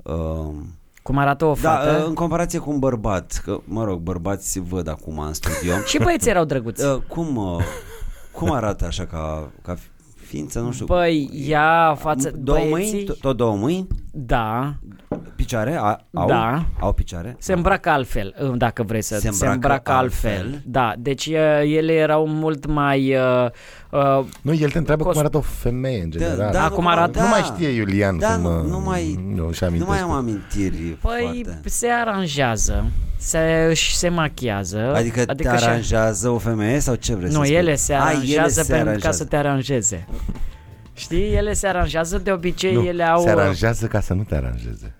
uh,
Cum arată o
Da,
fată.
uh, în comparație cu un bărbat, că, mă rog, bărbați se văd acum în studio.
Și băieții erau drăguți.
Uh, cum, uh, cum arată așa ca, ca ființă, nu știu.
Băi, ea Păi, față...
două
băieții,
mâini, to- tot două mâini,
Da,
picioare, a, au,
Da.
au picioare.
se îmbracă altfel, îm, dacă vrei să
Se îmbracă altfel.
Da, deci uh, ele erau mult mai... Uh, uh,
Nu, el te întreabă
Cost-
cum arată o femeie în general.
da, Acum arată-
Nu mai știe Iulian
da,
cum,
nu,
uh,
nu mai,
nu, își
nu
amintesc.
mai am amintiri
păi
foarte.
se aranjează, se, își se machiază.
Adică, adică te
și-
aranjează o femeie sau ce vrei să
Nu,
spui?
ele se
A, ele
aranjează
se
pentru ca
aranjează.
să te aranjeze. Știi, ele se aranjează, de obicei
Nu,
ele au...
Se aranjează ca să nu te aranjeze.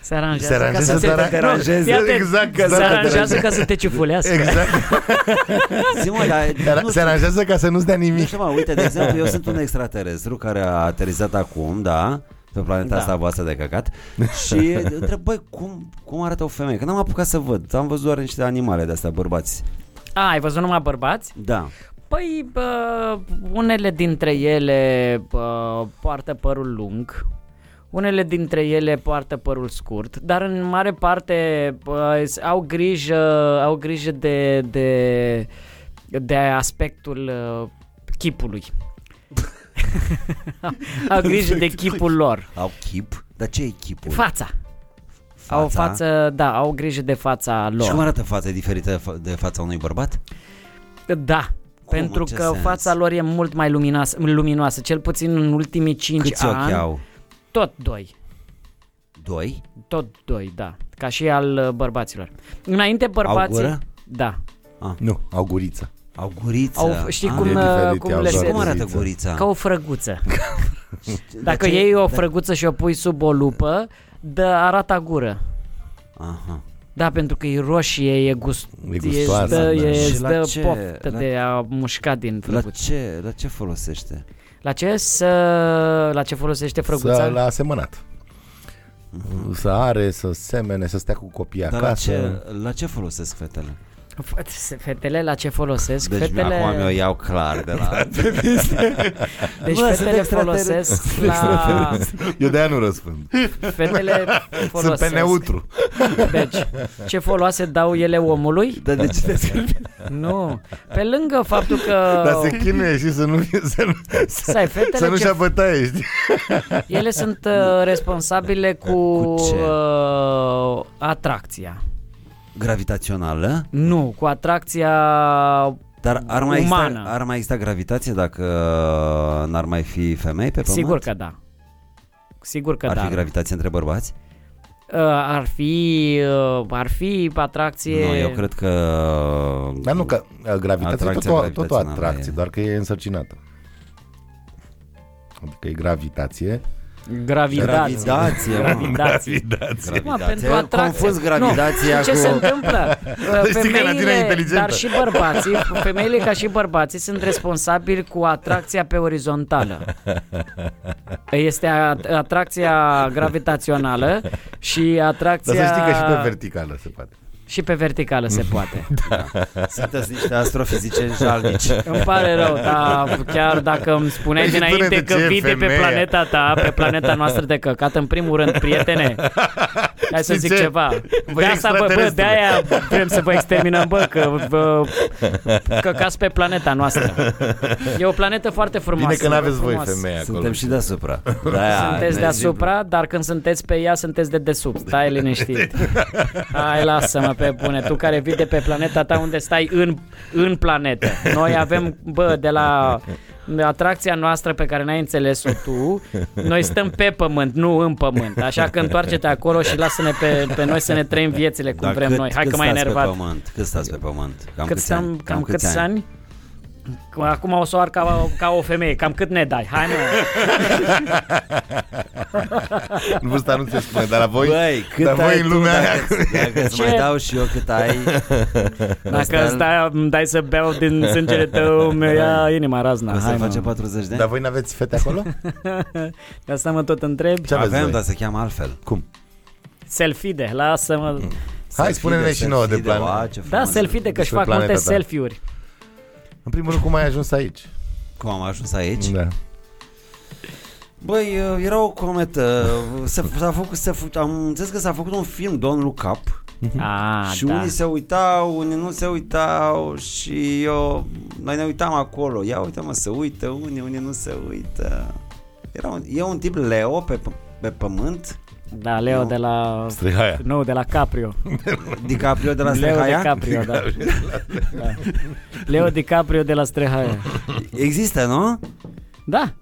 se aranjează,
se aranjează
ca să
doar-
te
nu,
deranjeze. Fii atent,
exact,
că
doar
se
te
aranjează
deranjează.
ca să te ciufulească.
Exact.
Zi, mă, dar nu
se aranjează ca să nu-ți dea
Nu
nimic.
știu, mă, uite, de exemplu, eu sunt un extraterestru care a aterizat acum, da, pe planeta
Da.
da. asta voastră de căcat și întreb, băi, cum, cum arată o femeie? Că n-am apucat să văd, am văzut doar niște animale de-astea, bărbați.
A, ai văzut numai bărbați?
Da.
Păi, bă, unele dintre ele bă, poartă părul lung, unele dintre ele poartă părul scurt, dar în mare parte bă, s- au grijă, au grijă de, de, de aspectul uh, chipului. au grijă de chipul lor.
Au chip? Dar ce e chipul?
Fața. fața. Au față, da, au grijă de fața lor.
Și cum arată fața? E diferită fa- de fața unui bărbat?
Da.
Cum?
pentru
În ce
că
sens?
fața lor e mult mai luminoasă, luminoasă, cel puțin în ultimii 5
Câți
ani.
ochi au?
Tot doi.
Doi?
Tot doi, da. Ca și al uh, bărbaților. Înainte bărbații...
gură?
Da.
Nu, au guriță.
Au guriță?
Au, știi
Ah,
cum,
e
uh,
diferit,
cum
iau
le
Și
doar
se...
cum arată
Guriță.
gurița?
Ca o frăguță. Dacă
Da. ce- Da.
iei o frăguță și o pui sub o lupă, dă arata gură.
Aha.
Da, pentru că e roșie, e gust,
E gustoasă,
e,
da.
da. e
Și
îți
la
dă
ce-
poftă
la-
de a mușca din
La
frăguță.
ce, la ce folosește?
La ce, să, la ce folosește frăguța?
Să l-a asemănat. Să are, să semene, să stea cu copiii
Dar la
acasă.
ce, la ce folosesc fetele?
F- se- Fetele la ce folosesc?
Deci
fetele,
acum eu iau clar de la...
deci
Bă,
fetele
sunt
folosesc la...
Eu de-aia nu răspund.
Fetele folosesc...
Sunt pe neutru.
Deci, ce foloase dau ele omului?
Dar de ce te scrie?
Nu. Pe lângă faptul că...
Dar se chinuie și să nu să, nu-
Să ai
să
fetele
nu
ce...
și-a bătaie, știi?
Ele sunt uh, responsabile cu,
Cu ce?
uh, atracția.
Gravitațională?
Nu, cu atracția...
Dar ar mai,
Umană.
exista, ar mai exista gravitație dacă uh, n-ar mai fi femei pe pământ?
Sigur că da. Sigur că
Ar
da.
fi gravitație între bărbați?
Uh, ar fi uh, ar fi atracție
Nu, eu cred că...
Dar nu, că uh, gravitația e
Atracția
tot, o- tot o
gravitațională
atracție,
e.
doar că e însărcinată. Adică e gravitație.
gravidație
Gravitație, mă.
gravidație
Gravitație.
Mă,
Gravitație.
pentru
Eu
atracție.
confuz gravitația
nu. Și ce
cu-
se întâmplă?
știi că latina e
Femeile,
inteligentă.
dar și bărbații, femeile ca și bărbații sunt responsabili cu atracția pe orizontală. Este at- atracția gravitațională și atracția
Dar să știi că și pe verticală se poate.
și pe verticală se poate.
Sunteți niște astrofizice jalnici.
Îmi pare rău, dar chiar dacă îmi spuneai
Deci,
dinainte
spune-te
că
ce e
vii de pe
femeia.
planeta ta, pe planeta noastră de căcat, în primul rând, prietene, hai să
Știi
zic
ce?
ceva.
Voi
De asta, bă, bă,
extraterestre.
de aia vrem să vă exterminăm, bă, că vă căcați pe planeta noastră. E o planetă foarte frumoasă.
Bine că n-aveți voi
frumoasă.
femeie acolo.
Suntem și deasupra. Da,
Sunteți deasupra, dar când sunteți pe ea, sunteți de desubt. Stai liniștit. Hai, lasă-mă pe bune. Tu care vii de pe planeta ta unde stai în, în planetă. Noi avem, bă, de la de atracția noastră pe care n-ai înțeles-o tu, noi stăm pe pământ, nu în pământ. Așa că întoarce-te acolo și lasă-ne pe, pe noi să ne trăim viețile cum vrem noi. Hai că mai
Pe
enervat.
pământ? Cât stați pe pământ? Cam
Cât
câți
stăm,
ani?
cam, cam câți ani? Acum o să o ar ca, ca o femeie. Cam cât ne dai? Hai, mă.
În vârsta nu se spune, dar la voi,
Băi, cât
dar
ai
voi în
tu,
lumea aia.
dacă, dacă îți
Ce?
mai dau și eu cât ai
Dacă
Asta-
stai, îmi dai să beau din sângele tău, mi ia inima razna.
O să
Hai,
face
mă.
40 de
Dar
ani
voi n-aveți fete acolo?
De asta mă tot întreb.
Ce aveți
Avem,
voi?
dar se cheamă altfel
Cum?
Selfie-de, lasă-mă.
Mm.
Hai,
Selfie
spune-ne
de
și nouă de
selfie
plan.
oa, ce
Da,
frumos.
selfie-de, că-și
Despre
fac multe
planeta ta.
selfie-uri.
În primul rând, cum ai ajuns aici?
Cum am ajuns aici?
Da.
Băi, uh, era o cometă, s-a, s-a făcut, s-a făcut, am înțeles că s-a făcut un film, Don't Look Up,
A,
și
da.
unii se uitau, unii nu se uitau și eu, noi ne uitam acolo, ia uite mă, se uită unii, unii nu se uită. Era un, e un tip Leo pe, p- pe pământ,
Da, Leo
Nu.
de la...
Strihaia.
Nu, de la Caprio.
DiCaprio de la
Leo
Strehaia.
DiCaprio, da. da. Leo DiCaprio de la Strehaia.
Există, nu?
Da,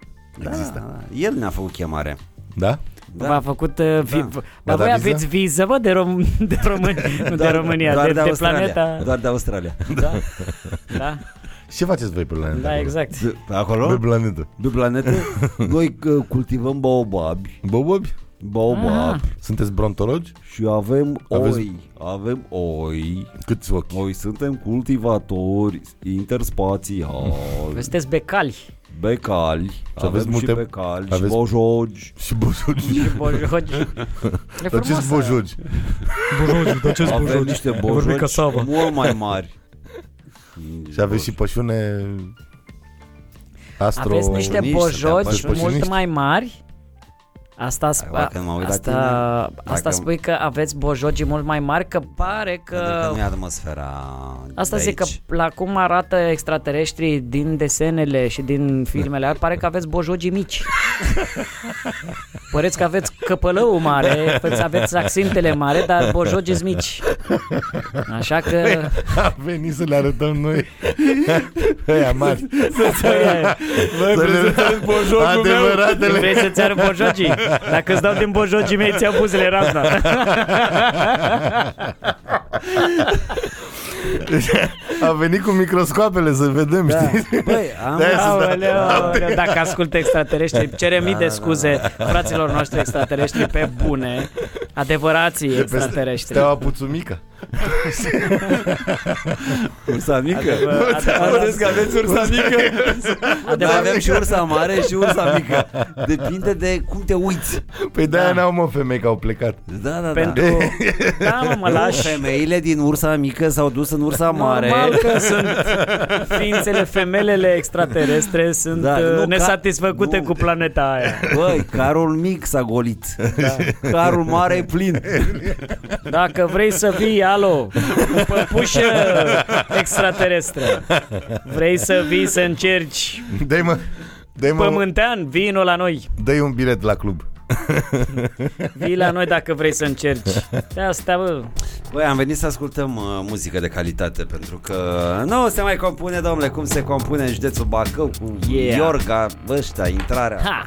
Da, Există. El ne-a făcut chemare.
Da?
da. v-a făcut... Uh, vi...
Da.
da.
V-a
Dar voi
dat
aveți viză, bă, de, rom... de, român... nu de România,
doar
de, de,
Australia.
planeta.
Doar de Australia.
Da, da,
Ce faceți voi pe planetă?
da, exact.
Pe
Acolo?
planetă.
Pe planetă? Noi uh, cultivăm baobabi.
Bobobi?
Baobab.
Ah.
Sunteți brontologi?
Și avem
Aveți-
oi. Avem oi.
Câți ochi?
Noi suntem cultivatori interspațiali,
Sunteți becali.
becali,
aveți
avem
multe-
și becali, și
aveți-
bojogi,
Și bojogi.
Și bojogi. E
Dar ce
frumos.
bojogi?
Bujogi, dar ce
avem
bujogi?
niște
Vorbi ca
bojogi
Sava.
mult mai mari.
Și aveți și pășune astro...
Aveți niște
Niște
bojogi
pășuniști.
mult mai mari? Asta, sp-
Acum când m-am uitat
asta,
tine,
asta
dacă-
spui că aveți bojogi mult mai mari, că pare
Pentru
că...
că Adică nu e atmosfera
Asta
de
zic că
aici.
la cum arată extraterestrii din desenele și din filmele, ar pare că aveți bojogii mici. Păreți că aveți căpălău mare, aveți- aveți accentele mare, dar bojogii sunt mici. Așa că...
A venit să le arătăm noi Aia mari
Păi,
Păi,
Vă prezentăm bojogul meu.
Adevăratele
Vrei să-ți arăt bojogii? Dacă îți dau din bojogii mei, ți-au buzele razna.
A venit cu microscoapele să vedem da. știi?
Băi, am,
De-aia sunt-
Aoleu, aoleu, dacă ascultă extraterestri, cere mii de scuze fraților noștri extraterestri pe bune, adevărații
De pe
extraterestri.
steaua puțumică
ursa mică.
Adevăr- adevărat-
Vedeți că aveți ursa mică. Noi
adevărat-
avem și ursa mare și ursa mică. Depinde de cum te uiți.
Păi de-aia
Da.
n-au mă femei că au plecat
Da, da, da.
Pentru... Da, mă, mă lași.
Femeile din ursa mică s-au dus în ursa mare.
Normal că sunt ființele, femelele extraterestre sunt
Da,
da,
nu, ca-
nesatisfăcute
nu.
cu planeta aia.
Băi, carul mic s-a golit. Da. Carul mare e plin.
Dacă vrei să vii, alo, cu păpușă extraterestră, vrei să vii să încerci
Dă-i mă Dă-i, mă,
pământean, vino la noi.
dă-i un bilet la club
Vii la noi dacă vrei să încerci. De asta, bă.
Băi, am venit să ascultăm uh, muzică de calitate pentru că nu se mai compune, domnule, cum se compune în județul Bacău cu
Yeah.
Iorga, ăștia, intrarea.
Ha!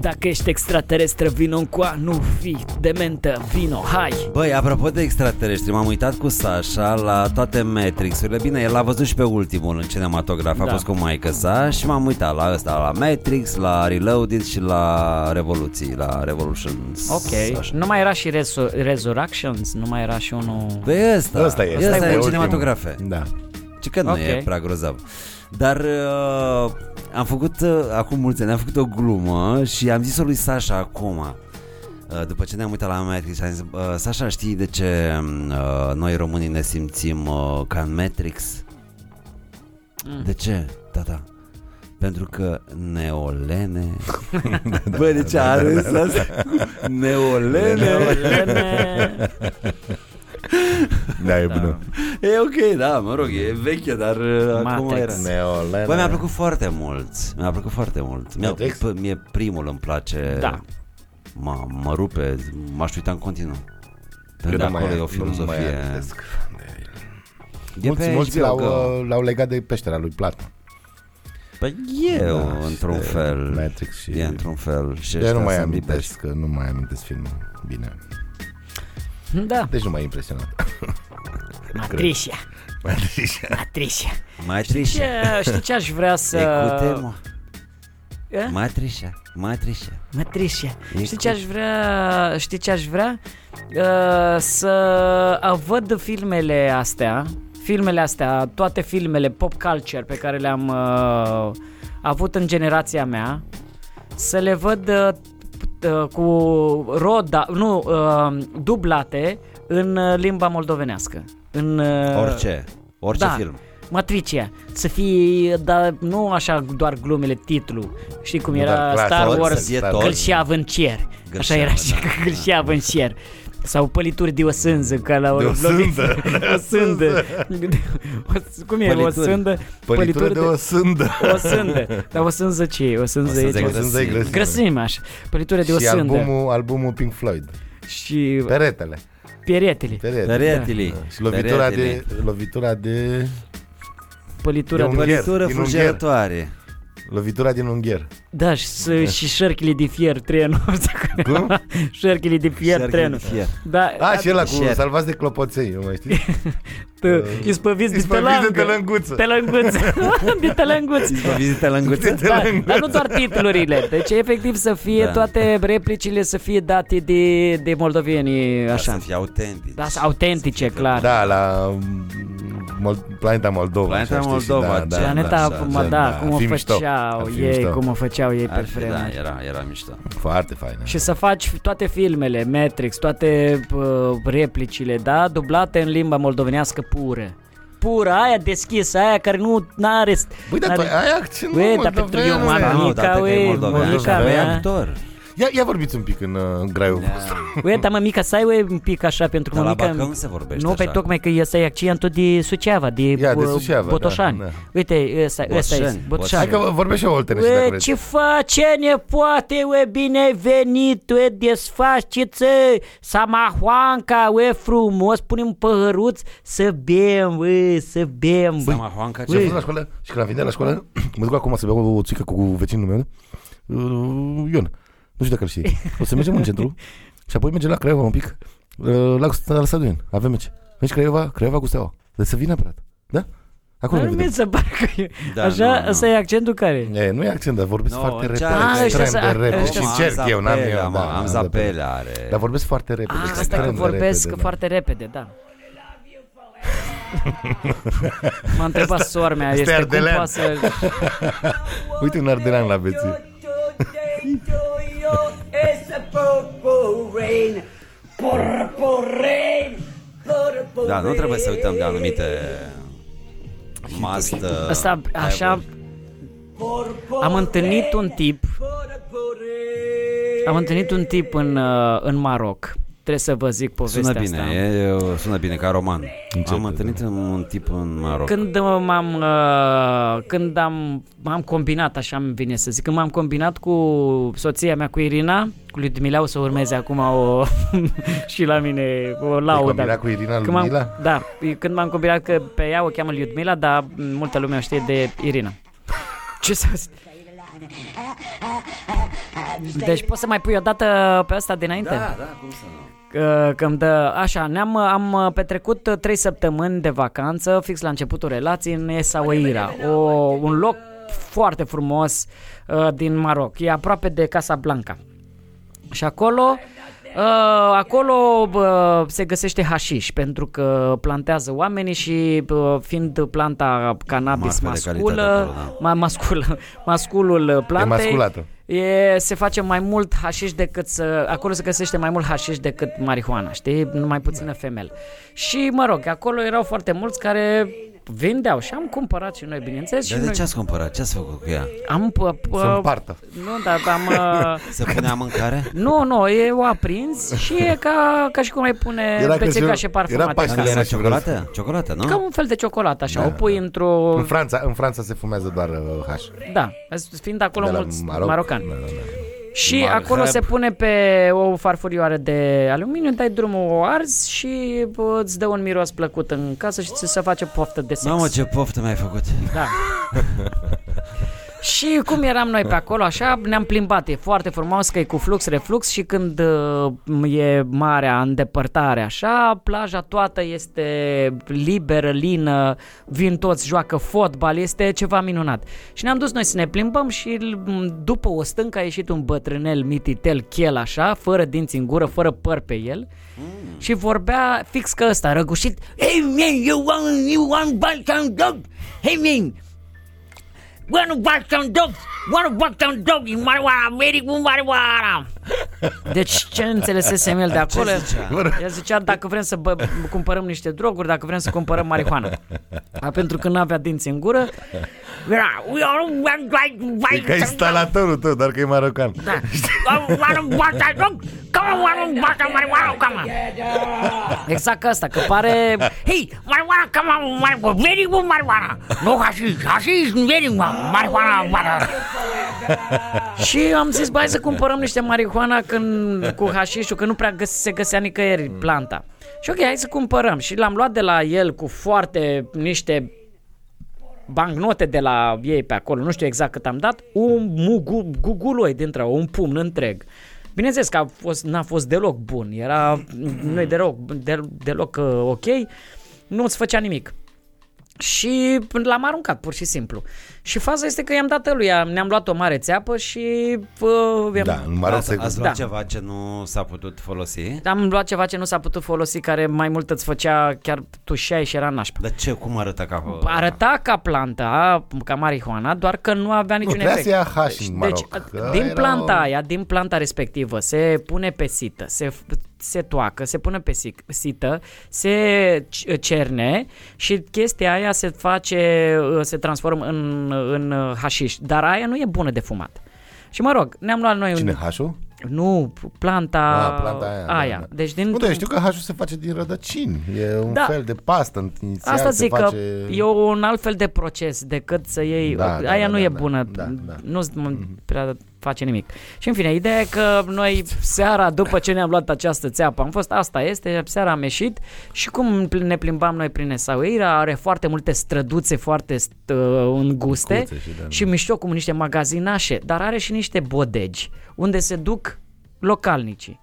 Dacă ești extraterestră, vino încoa, nu fi dementă, vino, hai!
Băi, apropo de extraterestri, m-am uitat cu Sasha la toate Matrix-urile. Bine, el l-a văzut și pe ultimul în cinematograf, a
Da.
fost cu maică sa și m-am uitat la ăsta, la Matrix, la Reloaded și la Revoluții, la Revolutions.
Ok,
Așa.
nu mai era și Resu- Resurrections, nu mai era și unul...
Pe ăsta,
Da. Ăsta e
ăsta e
ultimul.
în cinematografe.
Da
Ce că nu
Ok.
e prea grozav. Dar uh, am făcut, uh, acum mulți ani, am făcut o glumă și am zis-o lui Sasha acum. Uh, După ce ne-am uitat la Matrix, am zis, uh, Sasha, știi de ce uh, noi românii ne simțim uh, ca în Matrix? Mm. De ce, tata? Pentru că neolene... Bă, de ce a râs asta? Neolene...
Leone.
Da, e
Da.
bună
E ok, da, mă rog, e veche, dar uh, acum
Matrix.
era...
Neolene
Băi, Păi, mi-a plăcut foarte mult. Mi-a plăcut foarte mult. Mi-a,
Matrix?
p- mie primul îmi place.
Da.
Mă, mă rupe, m-aș uita în continuu. Pentru că
Eu nu mai-
acolo e o
nu mai
filozofie.
amintesc.
E
Mulți,
pe
mulți
HBO,
l-au,
că-
uh, l-au legat de peștera lui Platon
Păi e
Da,
într-un
și de
fel.
Matrix și-
E într-un fel. Și
Eu nu
ăștia
mai
sunt
amintesc
liberi.
că Nu mai amintesc filmul Bine
Da,
Deci nu m-a impresionat
Matricia, Matricia.
Matrișa.
Ce, uh, știi ce aș vrea să...
Ecute, mă.
Eh?
Matrișa. Matrișa.
Matricia.
E
Știi
cu-
ce aș vrea? Știi ce aș vrea? Uh, să uh, văd filmele astea, filmele astea, toate filmele pop culture pe care le-am uh, avut în generația mea, să le văd uh, t- uh, cu roda, nu, uh, dublate în uh, limba moldovenească. În uh,
Orice. Orice
da.
film.
Matricia, să fie, dar nu așa doar glumele, titlu. Știi cum era
Da, clar,
Star
tot
Wars,
să fie tot.
Gâlșeav în cer. Așa
Gâlșeavă,
era și
da, da.
Gâlșeav în cer. Sau pălituri de o sânză, că la o,
De o sândă.
o sândă. O s- cum e? O
Pălituri.
sândă?
Pălitură de o sândă.
o sândă. Dar o sânză ce e? O
O
sânză
să
e
zic
ce?
să zic
grăsime.
grăsime.
Grăsime așa. Pălitură de o
și
sândă.
albumul, albumul Pink Floyd.
Și
Peretele.
peretele.
Peretele.
Tăretili.
da. Și lovitura
Tăretili.
de, lovitura de,
Pălitură
E
de
un- ungher,
Pălitură
din ungher.
fulgerătoare.
lovitura din ungher.
Da, și, să- și șerchile de fier trenul.
Cum?
șerchile de fier
Șarchi
trenul.
de fier.
Da,
A, și ăla cu
Share.
salvați de clopoței, nu mai știi?
t- ispăviți de
Ispăviți de
telangă.
tălânguță.
Telânguță. de telânguță.
Ți-ți vizită lângăță?
Da, dar nu doar titlurile, deci efectiv să fie da.
Da.
toate replicile să fie date de, de moldovenii
Așa.
așa.
Să fie autentic.
Da, sunt autentice, clar.
Da, la mm, Mol- Planeta Moldova.
Planeta
așa, știi, și
Moldova,
da, da,
Planeta,
da,
da,
da,
da, mă,
da,
da,
da,
cum o
ar fi mișto.
făceau
Ar fi
ei,
mișto.
cum o făceau ei pe
Ar fi, da,
vremuri.
era, era mișto.
Foarte faină.
Și să faci toate filmele, Matrix, toate uh, replicile, da, dublate în limba moldovenească pură. Pură, aia deschisă, aia care nu are...
Băi, dar tu
n-are-
aia ce nu
Băi,
mă,
dar
dă
pentru eu,
vreme.
Da,
mami. Mica,
dar
ui,
Monica
Doi
mea.
actor.
da.
Ia, ia vorbiți un pic în uh, graiul vostru.
Ue, dar mă, mica, stai, ue, un pic așa, pentru că
Dar
mă,
la
mica...
Bacău nu se vorbește
Nu,
așa.
pe tocmai că ăsta e accentul de Suceava, de,
Ia, de
uh,
Suceava,
Botoșani.
da, da.
Uite, ăsta, ăsta e,
Botoșani,
Botoșani.
Hai că vă- vorbesc și eu Oltene și dacă
Ue,
vreți.
ce face nepoate, ue, bine ai venit, ue, desfaciță, samahoanca, ue, frumos, punem păhăruț să bem, ue, să bem.
Sama Juanca,
Și am
ce
fost la școală și când am venit la școală, mă duc acum să beau o țică cu vecinul meu, uh, Ion. Nu știu dacă îl știi. O să mergem în centru și apoi mergem la Craiova un pic, uh, la Stadal Saduin. Avem meci. Meci Craiova, Craiova cu Steaua. Deci să vină aparat. Da? Acolo
Dar
ne
nu mi
vedem.
se pare că e.
Da,
Așa,
nu, nu.
ăsta e accentul care?
E, nu e accent, dar vorbesc
Nu,
foarte repede.
încearcă.
Ah, ăștia
extrem
să-
de repede.
ăștia
Și
să-
cerc eu, n-am eu.
Am,
da,
am
da, da,
zapele, are.
Dar vorbesc foarte repede.
Ah,
și
asta că
extrem de
vorbesc
repede, da.
foarte repede, da. M-a întrebat sora mea,
asta e
este cum
ardelean.
poate să...
Uite un ardelean la beție.
Da, nu trebuie să uităm de anumite must uh,
Asta, așa... Am întâlnit un tip Am întâlnit un tip în, uh, în Maroc Trebuie să vă zic
Sună
povestea
bine,
asta
e, e- sună bine ca roman. Am
da.
întâlnit un tip în Maroc.
Când uh, m-am uh, când am m-am combinat, așa îmi vine să zic, când m-am combinat cu soția mea cu Irina, cu Ludmila o să urmeze acum o și la mine o laudă.
combinat cu Irina
Când m-am-
Ludmila?
Da, e- când m-am combinat că pe ea o cheamă Ludmila, dar m, multă lume o știe de Irina. Ce să Deci poți să mai pui o dată pe asta dinainte?
Da, da, cum să nu.
Că- că îmi dă... Așa, ne-am am petrecut uh, trei săptămâni de vacanță, fix la începutul relației, în Essaouira, o, un loc foarte frumos uh, din Maroc. E aproape de Casablanca. Și acolo, uh, acolo uh, se găsește hașiș, pentru că plantează oamenii și uh, fiind planta cannabis
Marfă de
masculă,
calitate acolo, da.
ma- masculă, masculul uh, plantei,
masculată.
E, se face mai mult hașiș decât să... Acolo se găsește mai mult hașiș decât marihuana, știi? Mai
Da.
puțină femel. Și, mă rog, acolo erau foarte mulți care vindeau și am cumpărat și noi, bineînțeles, și
Dar de
noi
ce ați cumpărat? Ce ați făcut cu ea?
am... p- p-
Să împartă.
Nu, dar am... uh,
Să punea mâncare?
Nu, nu, e o aprins și e ca, ca și cum ai pune
Era
pe
că
ce
era-
ca și parfumat.
era pașnic.
Dar
acasă.
era
și vreau să-
ciocolată? Ciocolată,
Ca
nu?
un fel de ciocolată,
Da,
așa, o pui într-o...
În Franța, în Franța se fumează doar uh, haș. De
Da, fiind acolo
la
mulți
Maroc.
marocani.
Da, da, da.
Și
Marhab.
acolo se pune pe o farfurioară de aluminiu, dai drumul, o arzi și bă, îți dă un miros plăcut în casă și ți se face poftă de sex.
Mamă, ce poftă mi-ai făcut.
Da. și cum eram noi pe acolo, așa, ne-am plimbat. E foarte frumos că e cu flux, reflux și când uh, e marea îndepărtare, așa, plaja toată este liberă, lină, vin toți, joacă fotbal, este ceva minunat. Și ne-am dus noi să ne plimbăm și m, după o stâncă a ieșit un bătrânel mititel, chel așa, fără dinți în gură, fără păr pe el. Și vorbea fix că ăsta, răgușit Hey man, you want, you want Balkan dog? Hey man, want Balkan dog? Wanna walk down doggy, wanna wanna, ready, wanna wanna. Deci ce înțelesesem el de acolo?
zicea?
El zicea dacă vrem să bă, cumpărăm niște droguri, dacă vrem să cumpărăm marihuana. Dar pentru că n-avea dinți în gură, era... "We all want like
Păi E ca
white some-
instalatorul tău, dar că e marocan.
Da. "Oh, wanna walk down dog, come on, wanna walk down marijuana, come on." Exact ca asta, că pare... Hei, marihuana, come on, marihuana, very good marihuana. No hashish, hashish, very good marihuana, marihuana. Și am zis, bai să cumpărăm niște marihuana când, cu hașișul, că nu prea găs- se găsea nicăieri planta. Și ok, hai să cumpărăm. Și l-am luat de la el cu foarte niște bancnote de la ei pe acolo, nu știu exact cât am dat, un mugu, guguloi dintre un pumn întreg. Bineînțeles că a fost, n-a fost deloc bun, era nu deloc, de, deloc uh, ok, nu-ți făcea nimic. Și l-am aruncat pur și simplu. Și faza este că i-am dat lui, ne-am luat o mare țeapă și uh, i-am,
Da, în Maroc
Ați,
se...
ați luat
Da.
ceva ce nu s-a putut folosi?
am luat ceva ce nu s-a putut folosi, care mai mult îți făcea chiar tușeai și era nașpa.
Dar ce, cum arăta ca...
Arăta ca planta, ca marihuana, doar că nu avea
Nu,
niciun
trebuia
efect.
să ia haș în
Deci,
Maroc. că
din
erau-
planta aia, din planta respectivă, se pune pe sită, se, se toacă, se pune pe sic- sită, se c- cerne și chestia aia se face, se transformă în, în hașiș. Dar aia nu e bună de fumat. Și mă rog, ne-am luat noi
Cine,
un...
hașul?
Nu, planta,
Ah, planta aia, da,
aia.
da.
Deci din...
Nu, dar eu știu că hașul se face din rădăcini. E un
Da.
fel de pastă inițial.
Asta
se
zic
face...
că e un alt fel de proces decât să iei...
Da,
aia
da, da,
nu
da,
e
da,
bună,
da, da.
nu prea face nimic. Și în fine, ideea e că noi seara, după ce ne-am luat această țeapă, am fost, asta este, seara am ieșit și cum pl- ne plimbam noi prin Esauira, are foarte multe străduțe foarte st- uh, înguste
Micuțe și de-
și mișto cum niște magazinașe, dar are și niște bodegi unde se duc localnicii.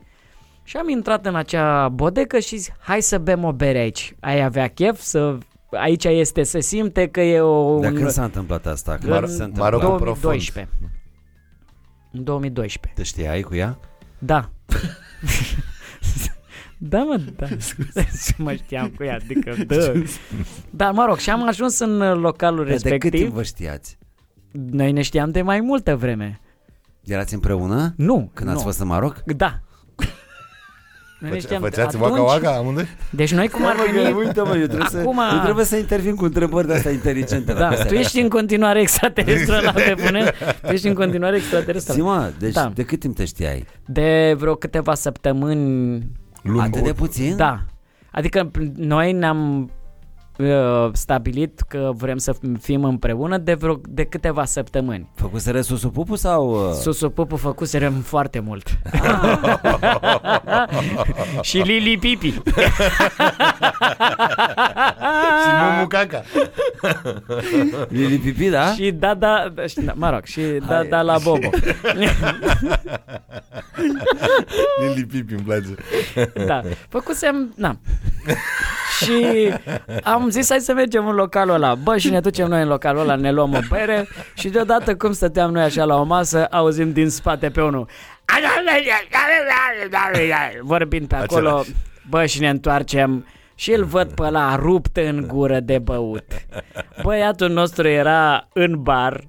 Și am intrat în acea bodecă și zic, hai să bem o bere aici. Ai avea chef să... Aici este, se simte că e o...
Dar
un-
când s-a întâmplat asta? Când
Mar-
s-a întâmplat?
Maroc-
în
profund.
2012. În 2012.
Te știai cu ea?
Da. da, mă, da. Ce mă știam cu ea, adică, da. Dar, mă rog, și am ajuns în uh, localul
De cât timp
respectiv.
vă știați?
Noi ne știam de mai multă vreme.
Erați împreună?
Nu.
Când
nu.
ați fost în Maroc?
Da. Noi ne
Făce-
știam
Făceați
de
waka
atunci.
waka amândoi?
Deci noi cum ar veni...
uite mă, eu trebuie,
Acum-
să, eu trebuie să intervin cu întrebări de-astea inteligente. la
Da,
astea.
tu ești în continuare extraterestră la pe bune. Tu ești în continuare extraterestră.
Sima, Exact. deci
Da.
de cât timp te știai?
De vreo câteva săptămâni,
Atât de puțin?
da. Adică noi ne-am uh, stabilit că vrem să fim împreună de vreo de câteva săptămâni.
Făcuseră susu pupu sau... uh,
Susu Pupu făcuserăm foarte mult. și Lili Pipi.
Și
Ah.
nu mucaca.
Lili Pipi, da?
Și da, da, da, și, da, mă rog, și da, da la Bobo.
Lili Pipi îmi place.
da. Făcusem, na. și am zis hai să mergem în localul ăla Bă și ne ducem noi în localul ăla Ne luăm o bere Și deodată cum stăteam noi așa la o masă Auzim din spate pe unul Vorbind pe acolo
Același.
Bă și ne întoarcem și îl văd pe la rupt în gură de băut. Băiatul nostru era în bar,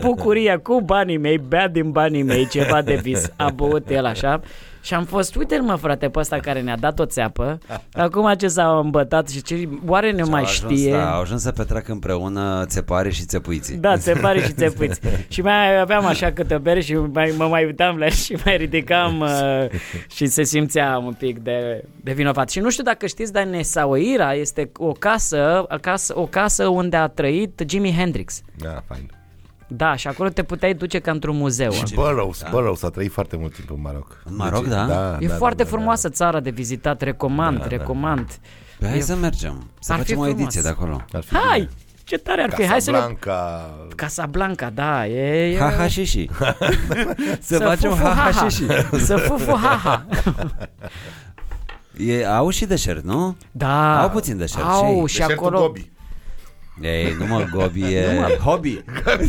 bucuria cu banii mei, bea din banii mei ceva de vis. A băut el așa și am fost, uite mă frate pe ăsta care ne-a dat o țeapă, acum ce s-a îmbătat și ce, oare ne
Și
mai
au ajuns,
știe?
Da, au ajuns să petreacă împreună țepare și țepuiții.
Da, țepare și țepuiți. și mai aveam așa câte bere și mai, mă mai uitam la el și mai ridicam uh, și se simțea un pic de, de vinovat. Și nu știu dacă știți, dar Nesauira este o casă, o casă, o casă unde a trăit Jimi Hendrix.
Da, fain.
Da, și acolo te puteai duce ca într-un muzeu.
Și Burroughs, Burroughs a trăit foarte mult timp în Maroc.
Da.
Deci,
În Maroc, da?
E da, foarte da, frumoasă da. țara de vizitat, recomand, da, recomand.
Păi Hai să mergem, să
Ar fi
facem o
frumos.
ediție de acolo.
Da. Ar fi
Da. Hai, ce tare ar fi. Hai să ne...
Casablanca.
Casablanca, da, e... e...
Ha, ha, și, și. Să facem
fufu,
ha, ha, și, și.
Să fufu ha-ha.
E, au și deșert, nu?
Da.
Au puțin deșert,
Au
și-
și acolo.
Gobi.
Ei, nu mă, Gobi e... Nu, mă, hobby.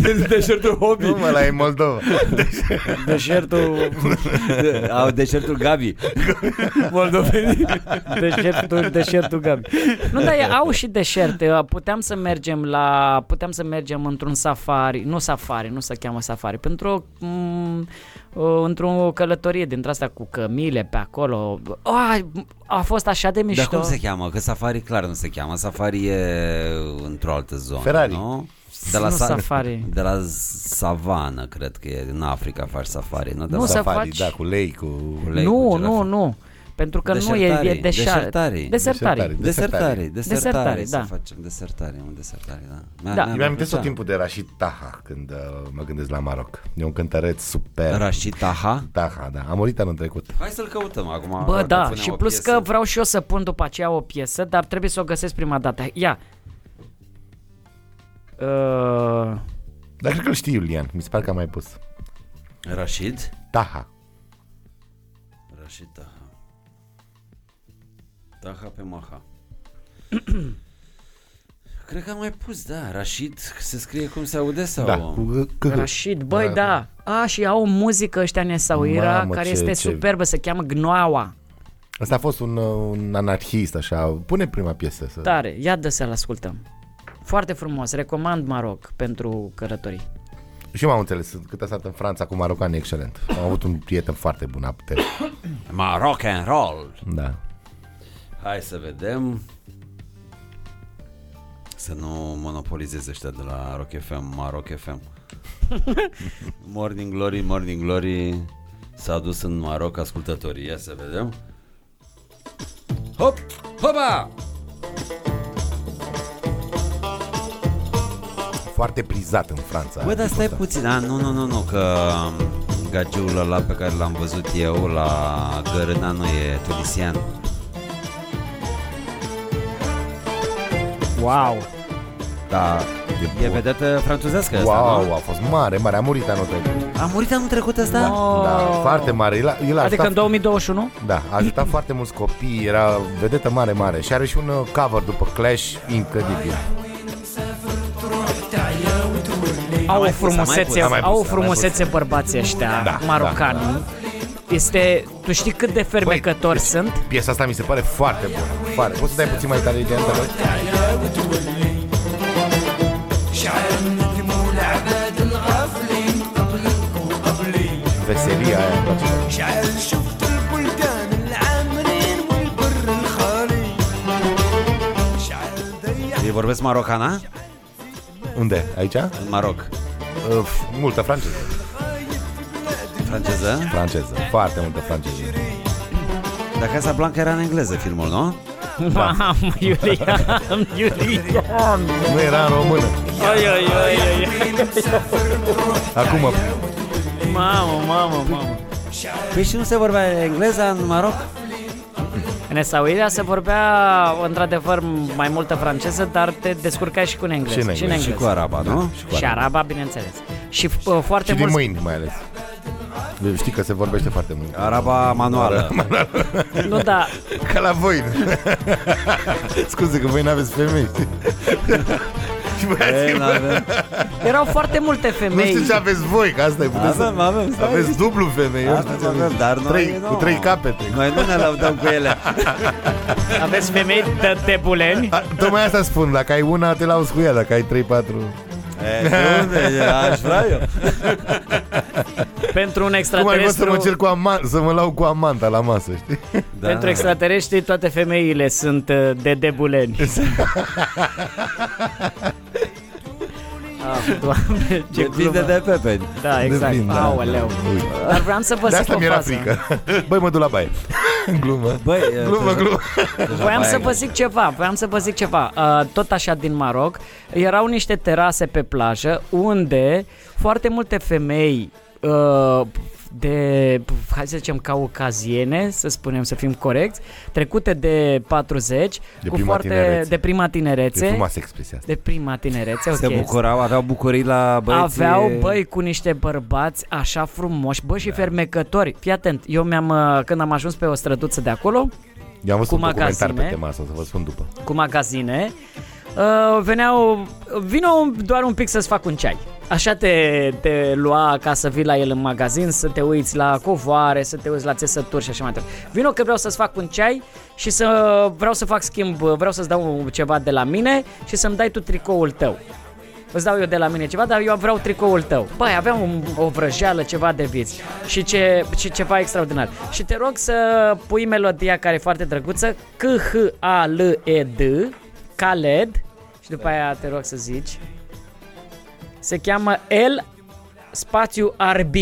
De- Deșertul hobby.
Nu mă, la e Moldova.
Deșertul,
De- Au deșertul Gabi.
Moldovenii.
deșertul, deșertul Gabi. Nu, dar e- au și deșert. Uh, Puteam să mergem la, puteam să mergem într-un safari, nu safari, nu se cheamă safari, pentru o, mm, o, într-o călătorie dintre asta cu cămile pe acolo. A, a fost așa de
Dar
mișto.
cum se cheamă? Că Safari clar nu se cheamă. Safari e într-o altă zonă,
Ferrari.
nu?
Nu safari.
De la savană, cred că e. În Africa faci safari, nu? De
Nu,
la
să
Safari,
faci-
Da, cu lei, cu...
ulei
nu,
cu
nu,
girafe.
nu. Pentru că nu e, e deșar...
Deșertarii, deșertarii.
Desertari.
Deșertarii.
Desertare,
Desertare.
desertare,
Desertare,
să
da.
facem desertare, un desertare, da.
Da.
Mi-a- mi-a
Eu
Eu mi-am amintesc tot
plăcea.
timpul de Rashid Taha când uh, mă gândesc la Maroc. E un cântăreț super.
Rashid Taha.
Taha, da. A murit anul trecut.
Hai să-l căutăm acum.
Bă,
dacă
da,
punem
și
o
plus
piesă.
că vreau și eu să pun după aceea o piesă, dar trebuie să o găsesc prima dată. Ia! Uh,
Dar cred că îl știi, Iulian. Mi se pare că am mai pus.
Rashid?
Taha.
Rashid Taha. Taha pe Maha. Cred că am mai pus, da, Rashid, se scrie cum se aude sau...
Da, cu c- c-
Rashid, băi, da. A, și au o muzică ăștia Nesauira,
Mamă,
care
ce-
este
ce-
superbă, se cheamă Gnoaua.
Asta a fost un, uh, un anarhist, așa. Pune prima piesă. Să...
Tare, ia de să-l ascultăm. Foarte frumos, recomand Maroc pentru călătorii.
Și eu m-am înțeles. Cât a stat în Franța cu marocani, excelent. Am avut un prieten foarte bun, apte.
Ma rock and roll!
Da.
Hai să vedem. Să nu monopolizeze ăștia de la Rock FM, ma Rock FM. morning Glory, Morning Glory s-a dus în Maroc ascultătorii. Ia să vedem. Hop! Hopa!
Foarte prizat în Franța.
Bă, dar
tipul
stai
ăsta.
puțin. A, nu, nu, nu, nu, că um, gagiul ăla pe care l-am văzut eu la Gărâna nu e tunisian.
Wow!
Da, e, e vedetă franțuzească asta,
Wow,
nu?
a fost mare, mare. A murit anul trecut.
A murit anul trecut ăsta?
Da, foarte mare. El a, el a
Oh. Adică
ajutat
în 2021?
Da, a ajutat foarte mulți copii, era vedetă mare, mare și are și un uh, cover după Clash incredibil.
Au o
mai pus, am mai pus,
frumusețe,
am
mai pus,
au o
am mai
frumusețe bărbații ăștia
Da,
marocani. Este, tu știi cât de fermecători sunt?
deci, Piesa asta mi se pare foarte bună. Foarte. Poți să dai puțin mai tare ideea ta? Veselia aia îmi place.
شعل شفت البلدان العامرين والبر الخالي شعل ضيع
Ei vorbesc marocana?
Unde? Aici?
În Maroc.
Uf, multă franceză.
Franceză?
Franceză. Foarte multă franceză.
Dar Casa Blanca era în engleză filmul, nu?
Da.
Mamă, Iulian, Iulian!
Nu era în română.
Ai, ai, ai, ai, ai.
Acum,
Mamă, mamă, mamă.
Păi și nu se vorbea engleza în Maroc?
În Esauida se vorbea, într-adevăr, mai multă franceză, dar te descurcai și cu în engleză.
Și în engleză.
Și Păi cu araba, nu?
Și, araba, bineînțeles. Și uh, foarte
și din
mulți...
mâini mai ales. Știi că se vorbește foarte mult.
Araba manuală.
Nu, da,
Ca la voi. Scuze că voi n-aveți femei. Și băieți,
Ei, n-avem.
erau foarte multe
nu
femei.
știu ce aveți voi, că asta e puteți să...
Avem, avem, stai
Aveți
liniște.
dublu femei, eu știu
Avem,
ce
avem, dar noi
trei,
nu.
Cu trei capete.
Noi nu ne laudăm cu ele.
Aveți femei de tebuleni?
A, tocmai asta spun, dacă ai una, te lauzi cu ea, dacă ai trei, patru...
E, de unde? e? Aș vrea eu.
Pentru un
Cum ai vrut să
extraterestru...
mă cer cu aman, să mă lau cu amanta la masă, știi?
Da.
Pentru extraterestri, toate femeile sunt uh, de debuleni.
Exact.
ah, doamne, ce
Depinde
glumă.
de pepeni.
Da, exact.
Devin, da.
Aoleu.
Uite.
Dar vreau să vă
De
zic
asta
o
mi-era
fază.
frică. Băi, mă duc la baie. Glumă.
Băi, e,
Glumă, glumă.
deja
Voiam
mai
să
ai-
vă zic ceva, voiam să vă zic ceva. Uh, tot așa din Maroc, erau niște terase pe plajă unde foarte multe femei uh, de, hai să zicem, caucaziene, să spunem, să fim corecți, trecute de 40,
De
cu
prima
foarte
tinerețe.
de prima
E
tinerețe,
frumoasă expresia asta.
de prima tinerețe, ok.
Se bucurau, aveau bucurii la băieții.
Aveau, băi, cu niște bărbați așa frumoși, bă, și fermecători. Fii atent, eu mi-am, uh, când am ajuns pe o străduță de acolo,
Eu am văzut
Cu
un documentar pe
magazine.
tema asta, o să vă spun după.
cu magazine uh, veneau, vină un- doar un pic să-ți fac un ceai. Așa te, te lua ca să vii la el în magazin, să te uiți la covoare, să te uiți la țesături și așa mai departe. Vino că vreau să-ți fac un ceai și să vreau să fac schimb, vreau să-ți dau ceva de la mine și să-mi dai tu tricoul tău. Îți dau eu de la mine ceva, dar eu vreau tricoul tău. Băi, aveam un, o vrăjeală, ceva de viți și, ce, și ceva extraordinar. Și te rog să pui melodia care e foarte drăguță, C-H-A-L-E-D, Khaled, și după aia te rog să zici. Se cheamă L spațiu RB.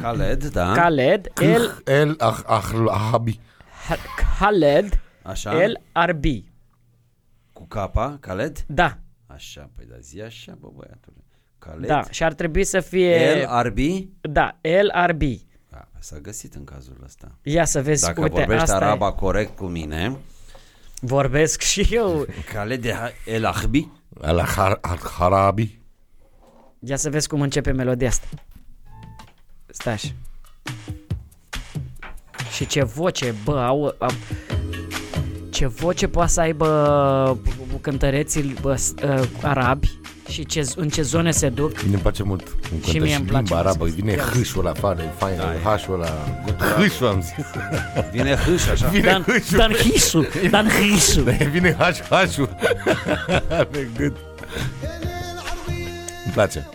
Khaled, da.
Khaled, L
El ah, ah, Ahabi.
Khaled,
Așa.
L RB.
Cu capa, Khaled?
Da,
Așa, păi da, zi așa, bă, băiatule. Khaled.
da, și ar trebui să fie
Deci? El, RB?
Da, L RB.
Da, s-a găsit în cazul ăsta.
Ia să vezi,
Dacă
uite,
vorbești
asta e.
araba corect cu mine,
Vorbesc și eu.
Khaled El Ahbi?
El Ahar- Aharabi.
Ia să vezi cum începe melodia asta. Stai așa. Și ce voce, bă, au, au ce voce poate să aibă uh, cântăreții bă, s- uh, arabi și ce, z- în ce zone se duc.
Îmi place mult cum cântă și,
mie
și
îmi place
limba
mult
arabă.
să-
Vine
Ia.
hâșul ăla, fain, fain, hașul Da, ăla. Hâșul am zis.
Vine hâș așa.
Dan,
hâșul.
Dan Hisu, Dan Hisu.
Vine haș, hașul. Pe gât. Îmi place.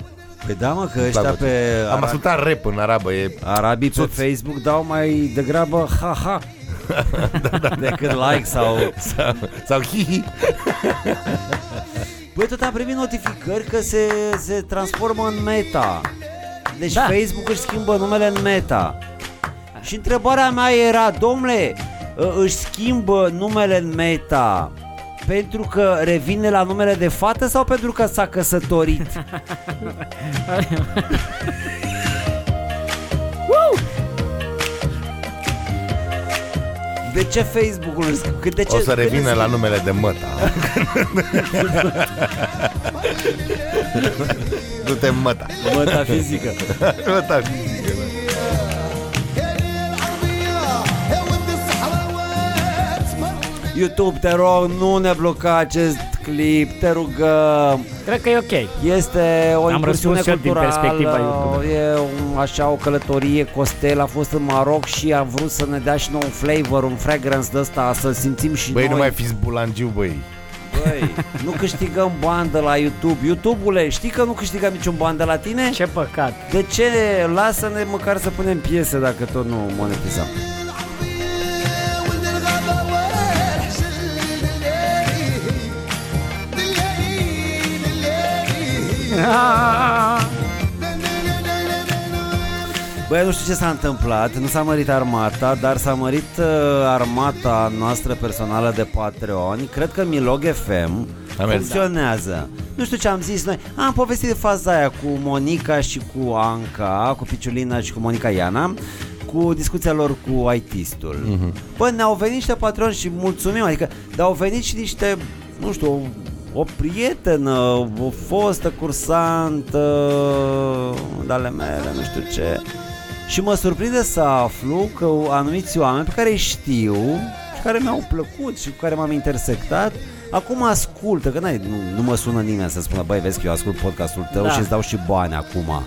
Păi da, mă, că
Îmi
ăștia
place.
pe
Am
ara-
ascultat rap în arabă, e
arabii pe Facebook dau mai degrabă ha-ha
Da,
decât like sau
sau hihi.
Băi, tot am primit notificări că se, se transformă în meta. Deci da.
Da.
Facebook își schimbă numele în meta. Și întrebarea mea era, domnule, ă, își schimbă numele în meta pentru că revine la numele de fată sau pentru că s-a căsătorit? De ce Facebook-ul își schimbă? De ce,
O să
când își
revină la
schimbă?
numele de măta. Du-te măta.
Metafizică.
Măta.
YouTube, te rog, nu ne bloca acest clip, te rugăm.
Cred că e ok.
Este o
Am
incursiune
răspuns eu din
culturală,
perspectiva YouTube-ului.
e un, așa o călătorie, Costel a fost în Maroc și a vrut să ne dea și nou un flavor, un fragrance de ăsta, să simțim și
Băi,
noi.
nu mai fiți bulangiu, băi.
Băi, nu câștigăm bani de la YouTube. YouTube-ule, știi că nu câștigăm niciun ban de la tine?
Ce păcat.
De ce? Lasă-ne măcar să punem piese dacă tot nu monetizăm. Băi, nu știu ce s-a întâmplat, nu s-a mărit armata, dar s-a mărit uh, armata noastră personală de Patreon. Cred că Milog FM
A mers,
funcționează. Nu știu ce am zis noi. Am povestit de faza aia cu Monica și cu Anca, cu Piciulina și cu Monica Iana cu discuția lor cu IT-stul. Mm-hmm. Bă, ne-au venit niște patroni și mulțumim, adică, dar au venit și niște, nu știu, o, o prietenă, o fostă cursantă, de-ale mele, nu știu ce. Și mă surprinde să aflu că anumiți oameni pe care îi știu și care mi-au plăcut și cu care m-am intersectat, acum ascultă, că n-ai, nu, nu mă sună nimeni să spună, băi, vezi că eu ascult podcastul tău
Da.
și îți dau și bani acum.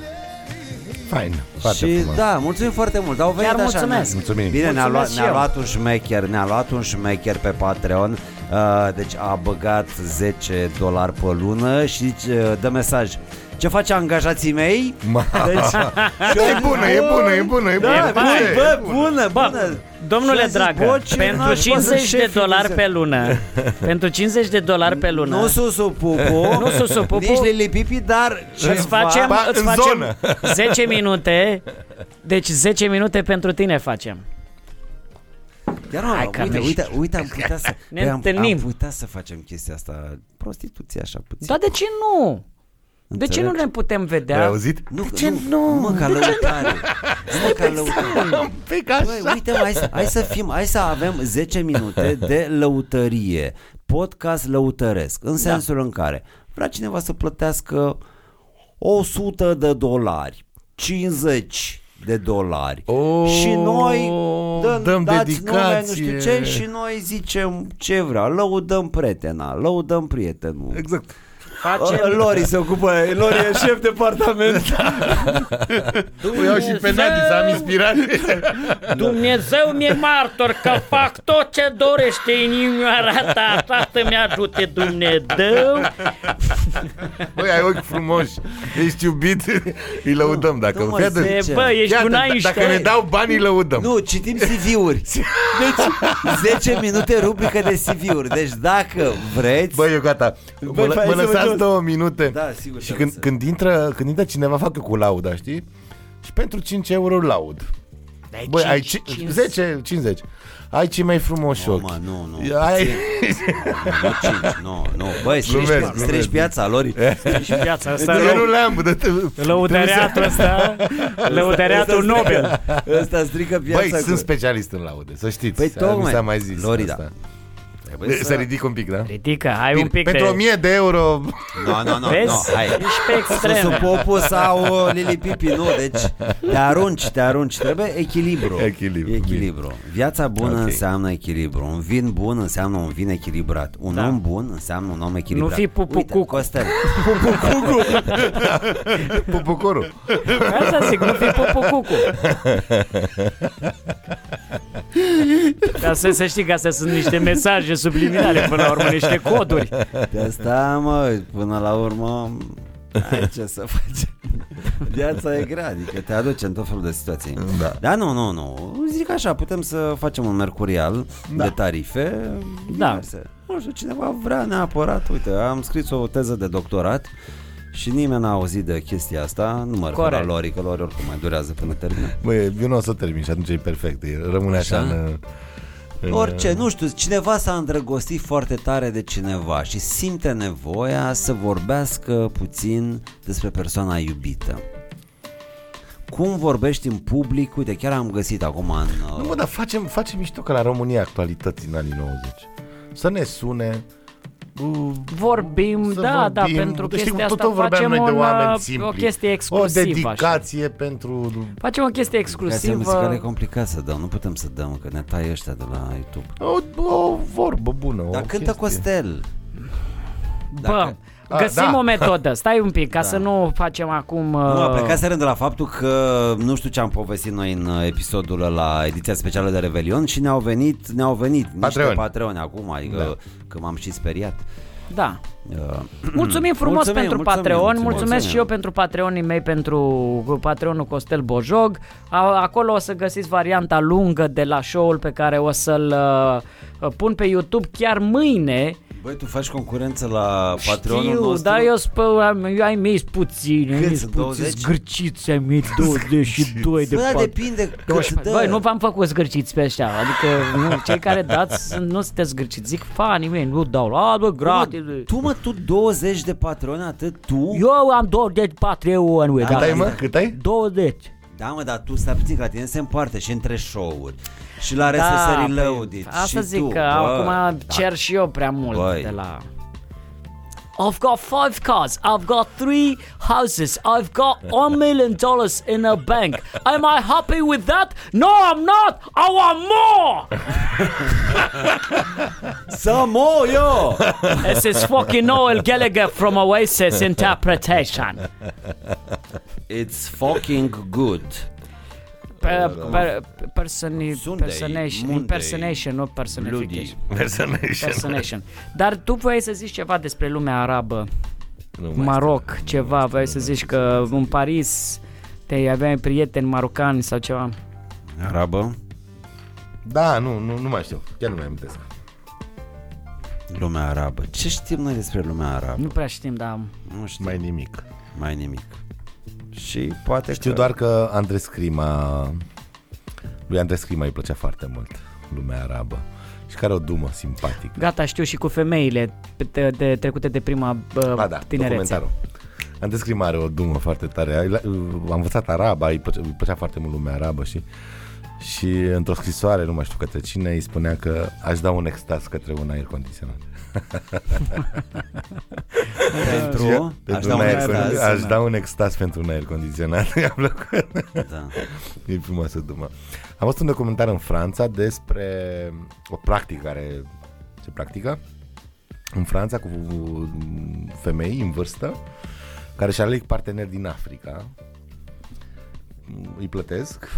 Fain, foarte
și
frumos.
da, mulțumim foarte mult. Au venit
Chiar
așa,
mulțumesc.
ne-
Mulțumim.
Bine, ne-a
Mulțumesc
luat,
și
ne-a
eu.
luat un șmecher, ne-a luat un șmecher pe Patreon. Uh, deci a băgat 10 dolari pe lună și zice, uh, dă mesaj. Ce face angajații mei?
Ma- Da, E bună, e bună, e bună, e bună.
Da,
E
bă,
fain.
bă, bună, bună.
Domnule
Și-a zis,
dragă,
bă, ce
pentru
nașpa,
50
sunt
de
șefii,
dolari
zice.
pe lună, pentru 50 de dolari pe lună,
Nu susu pupu,
Nu susu pupu.
nici lilipipi, dar ceva...
Îți facem,
Ba,
îți
în
facem
zonă.
10 minute. Deci 10 minute pentru tine facem.
Iar, mă,
Hai că
uite,
ne-
uite, uite, am putea să...
Ne
Păi am-
întâlnim.
Am putea să facem chestia asta, prostituție așa puțin.
Dar de ce nu? De ce nu
Înțeleg.
ne putem vedea?
Ai auzit?
Nu, de
ce nu?
Mă, ca lăutare. Mă, ca lăutare.
Pic așa.
Băi, uite, mă, hai, să, hai să fim, hai să avem 10 minute de lăutărie. Podcast lăutăresc, în sensul în care vrea cineva să plătească 100 de dolari, 50 de dolari.
O,
și noi dăm,
dăm
dați nume, nu
dedicație.
știu ce, și noi zicem ce vrea, lăudăm prietena, lăudăm prietenul.
Exact.
Facem... Lori se ocupă, Lori e șef departament.
O iau și pe Nadi să am inspirat.
Dumnezeu mi-e martor că fac tot ce dorește inimioara ta, asta mi ajute Dumnezeu.
Băi, ai ochi frumoși, ești iubit, îi lăudăm. Dacă,
nu mă,
Fii atent.
se-
E,
Ce?
bă, ești
Iată,
un
d-
Einstein.
dacă ne dau bani, îi lăudăm.
Nu, citim CV-uri. Deci, 10 minute rubrică de CV-uri. Deci dacă vreți...
Băi, eu gata. Mă,
Băi,
mă
hai să
lăsați
mă
două minute.
Da, sigur,
Și
te
când,
lăsăm.
când, intră, când intră cineva, fac eu cu lauda, știi? Și pentru 5 euro laud.
Dai
Băi, ai
cinci,
5,
cinci.
10, 50. Ai cei mai frumoși ochi.
Mă, nu, nu.
Ai...
Nu, cinci, nu, nu. Băi, strici,
Glumesc,
strici
glumesc.
piața, Lori.
Și viața asta
Eu nu
lău-
le-am, dar te-
lăudăreatul ăsta, lăudăreatul Nobel.
Ăsta strică piața.
Băi,
cu-
sunt specialist în laude, să știți.
Păi,
Nu
tocmai. Păi,
s-a mai zis
Lori,
asta.
Trebuie
Să... ridic un pic, da?
Ridică, hai
Bine,
un pic
pentru
de...
1000 de euro
Nu, nu, nu,
Vezi?
nu, hai.
Ești pe
Susu
extreme.
Popu sau uh, Lili Pipi, nu, deci te arunci, te arunci, trebuie echilibru.
Echilibru,
echilibru. Viața bună
Ok.
okay. înseamnă echilibru, un vin bun înseamnă un vin echilibrat, un
Da.
da. om bun înseamnă un om echilibrat.
fi pupucucu.
Uite, Costel,
pupucorul.
Asta zic, nu fi pupucucu. Dar să, să știi că astea sunt niște mesaje subliminale, până la urmă, niște coduri.
de asta mă, până la urmă, ai ce să faci. Viața e grea, adică te aduce în tot felul de situații.
Da.
Da, nu, nu, nu. Zic așa, putem să facem un mercurial da. de tarife.
Da.
diverse. Nu știu, cineva vrea neapărat. Uite, am scris o teză de doctorat și nimeni n-a auzit de chestia asta. Nu mă refer la
Corect.
Lori, că Lori oricum mai durează până termină.
Băi, eu nu o să termin și atunci e perfect. e- Rămâne așa,
Așa?
în, în... uh,
Orice, nu știu, cineva s-a îndrăgostit foarte tare de cineva și simte nevoia să vorbească puțin despre persoana iubită. Cum vorbești în public? Uite, chiar am găsit acum în... uh,
Nu, mă, dar facem, facem mișto ca la România actualități în anii 90. Să ne sune... uh,
Vorbim,
să
da, da,
vorbim.
pentru
Știi,
chestia
tot
asta
vorbeam
facem
noi de
un,
oameni
uh,
simpli.
o chestie exclusivă.
O
Așa.
dedicație pentru...
Facem o chestie
Creația muzicală e
exclusivă.
complicat să dăm, nu putem să dăm, că ne tai ăștia de la YouTube.
O, o vorbă bună.
Dar
o
cântă
chestie.
Costel.
Bă,
Dacă- Da.
A,
găsim
da.
o metodă. Stai un pic, ca să nu facem acum...
Nu, a
uh,
plecat să de la faptul că nu știu ce am povestit noi în uh, episodul la ediția specială de Revelion și ne-au venit, ne-au venit niște
Patreoni.
patreoni acum, adică da. că m-am și speriat.
Da.
Uh,
Mulțumim frumos mulțumim,
Mulțumim,
pentru
mulțumim,
mulțumim, Patreon, mulțumim,
mulțumim.
mulțumesc
Mulțumim.
și eu pentru Patreonii mei, pentru Patreonul Costel Bojog. A- Acolo o să găsiți varianta lungă de la show-ul pe care o să-l uh, pun pe YouTube chiar mâine.
Băi, tu faci concurență la Patreonul
Știu,
nostru?
dar eu, spă, am, eu ai mei puțin, ai
Cât
mei
sunt,
puțin
20?
zgârciți, ai mei 22 de
Bă, dar
pat-
depinde cât
12.
dă.
Băi, nu v-am făcut zgârciți pe ăștia Adică nu, cei care dați sunt- Nu sunteți zgârciți Zic fanii mei Nu dau la bă, gratis
Mă, Tu mă, tu 20 de patroni atât tu?
Eu am 20 Patreon ui,
Cât
da.
ai, mă? Cât ai?
20
Da, mă, dar tu stai puțin, că la tine se împarte și între show-uri și
da,
la RSS
păi,
Reloaded
Asta
și
zic
tu,
că
bă,
acum
da,
cer și eu prea mult
Băi.
de la... I've got five cars, I've got three houses, I've got one million dollars in a bank. Am I happy with that? No, I'm not! I want more!
Să mor eu!
This is fucking Noel Gallagher from Oasis Interpretation.
It's fucking good.
Per, per, personi,
Sunday,
personation,
Monday,
impersonation, nu personification.
Personation.
Personation. Dar tu vrei să zici ceva despre lumea arabă?
Nu mai
Maroc, ceva, vrei să zici că în Paris te aveai prieteni marocani sau ceva.
Arabă?
știu. Da, nu, nu, nu mai știu. Chiar nu mai amintesc.
Lumea arabă. Ce știm noi despre lumea arabă?
Nu prea știm, dar
Nu știm
Mai
mai,
nimic.
mai nimic. Și poate
Știu
că...
doar că Andres Scrima Lui Andres Scrima îi plăcea foarte mult Lumea arabă Și care o dumă simpatică
gata, știu și cu femeile de, de trecute de prima bă,
Ba da,
tinerețe.
documentarul Andres Scrima are o dumă foarte tare Ai- uh, Am învățat araba Îi plăcea, îi plăcea foarte mult lumea arabă și și într-o scrisoare, nu mai știu către cine, îi spunea că aș da un extaz către un aer condiționat.
Pentru? Aș da un
aer,
extaz.
aș da un extaz pentru un aer condiționat. Mi-a plăcut.
Da.
E frumoasă duma. Am văzut un documentar în Franța despre o practică care se practică în Franța cu femei în vârstă care și aleg parteneri din Africa. Îi plătesc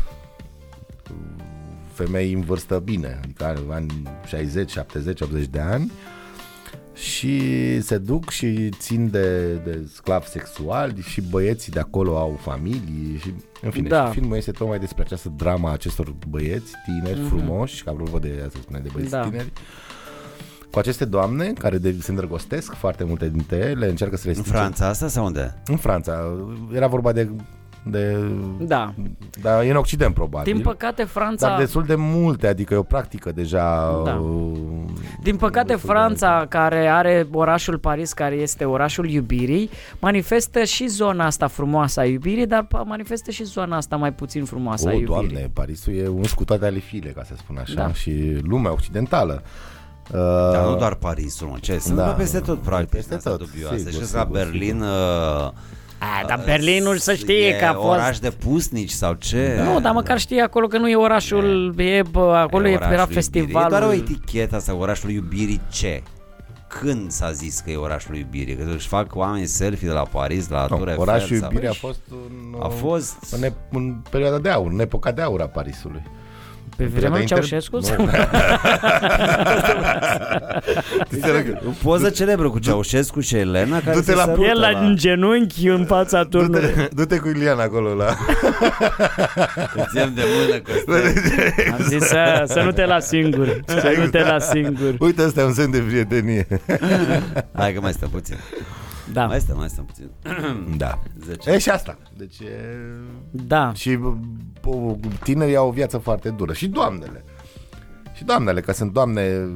femei în vârstă bine, adică are ani 60, 70, 80 de ani și se duc și țin de, de sclav sexual și băieții de acolo au familii și în fine,
Da.
da. și filmul este tocmai despre această drama a acestor băieți tineri mm-hmm. frumoși, că apropo de asta spune de băieți
Mhm. Da.
da. tineri cu aceste doamne care de, se îndrăgostesc foarte multe dintre ele, încearcă să le
În
stinge-
Franța asta sau unde?
În Franța. Era vorba de, de
Da.
dar e în Occident probabil.
Din păcate Franța...
dar destul de multe, adică e o practică deja
Da.
uh,
Din păcate
Destul de
Franța, care are orașul Paris, care este orașul iubirii, manifestă și zona asta frumoasă a iubirii, dar pa- manifestă și zona asta mai puțin frumoasă a
O,
iubirii.
Oh, doamne, Parisul e uns cu toate ale file, ca să spun așa,
Da.
da. și lumea occidentală. Uh,
Dar nu doar Parisul, mă, ce? Sunt
da.
da, peste tot, practic,
Peste
peste tot,
tot,
dubioase.
sigur,
Și la
sigur,
Berlin... Uh,
A, dar Berlinul să știe
e
că a fost... Da.
oraș de pusnici sau ce?
Nu, dar măcar știi acolo că nu e orașul, e, bă, acolo e,
orașul
era
iubirii. E
festivalul.
doar o etichetă asta, orașul iubirii ce? Când s-a zis că e orașul iubirii? Că își fac oameni selfie de la Paris, de la
nu,
Tour Eiffel.
orașul
sau-
iubirii a fost un,
A fost...
în, ep- în perioada de aur, în epoca de aur a Parisului.
Pe vremea lui Ceaușescu? sau- Exact.
O poză celebră cu Ceaușescu și Elena care
Du-te
se
la
sărută
put-
El la în genunchi în fața turnului.
Du-te, du-te cu Ilian acolo la...
Îți iau de mână, Costel.
Am zis să, să nu te las singur. Să nu te las singur.
Uite, ăsta e un semn de prietenie.
Hai că mai stăm puțin.
Da.
Mai stăm, mai stăm puțin.
Da.
10.
E și asta. Deci e...
Da.
Și bă, tinerii au o viață foarte dură. Și doamnele. Și doamnele, că sunt doamne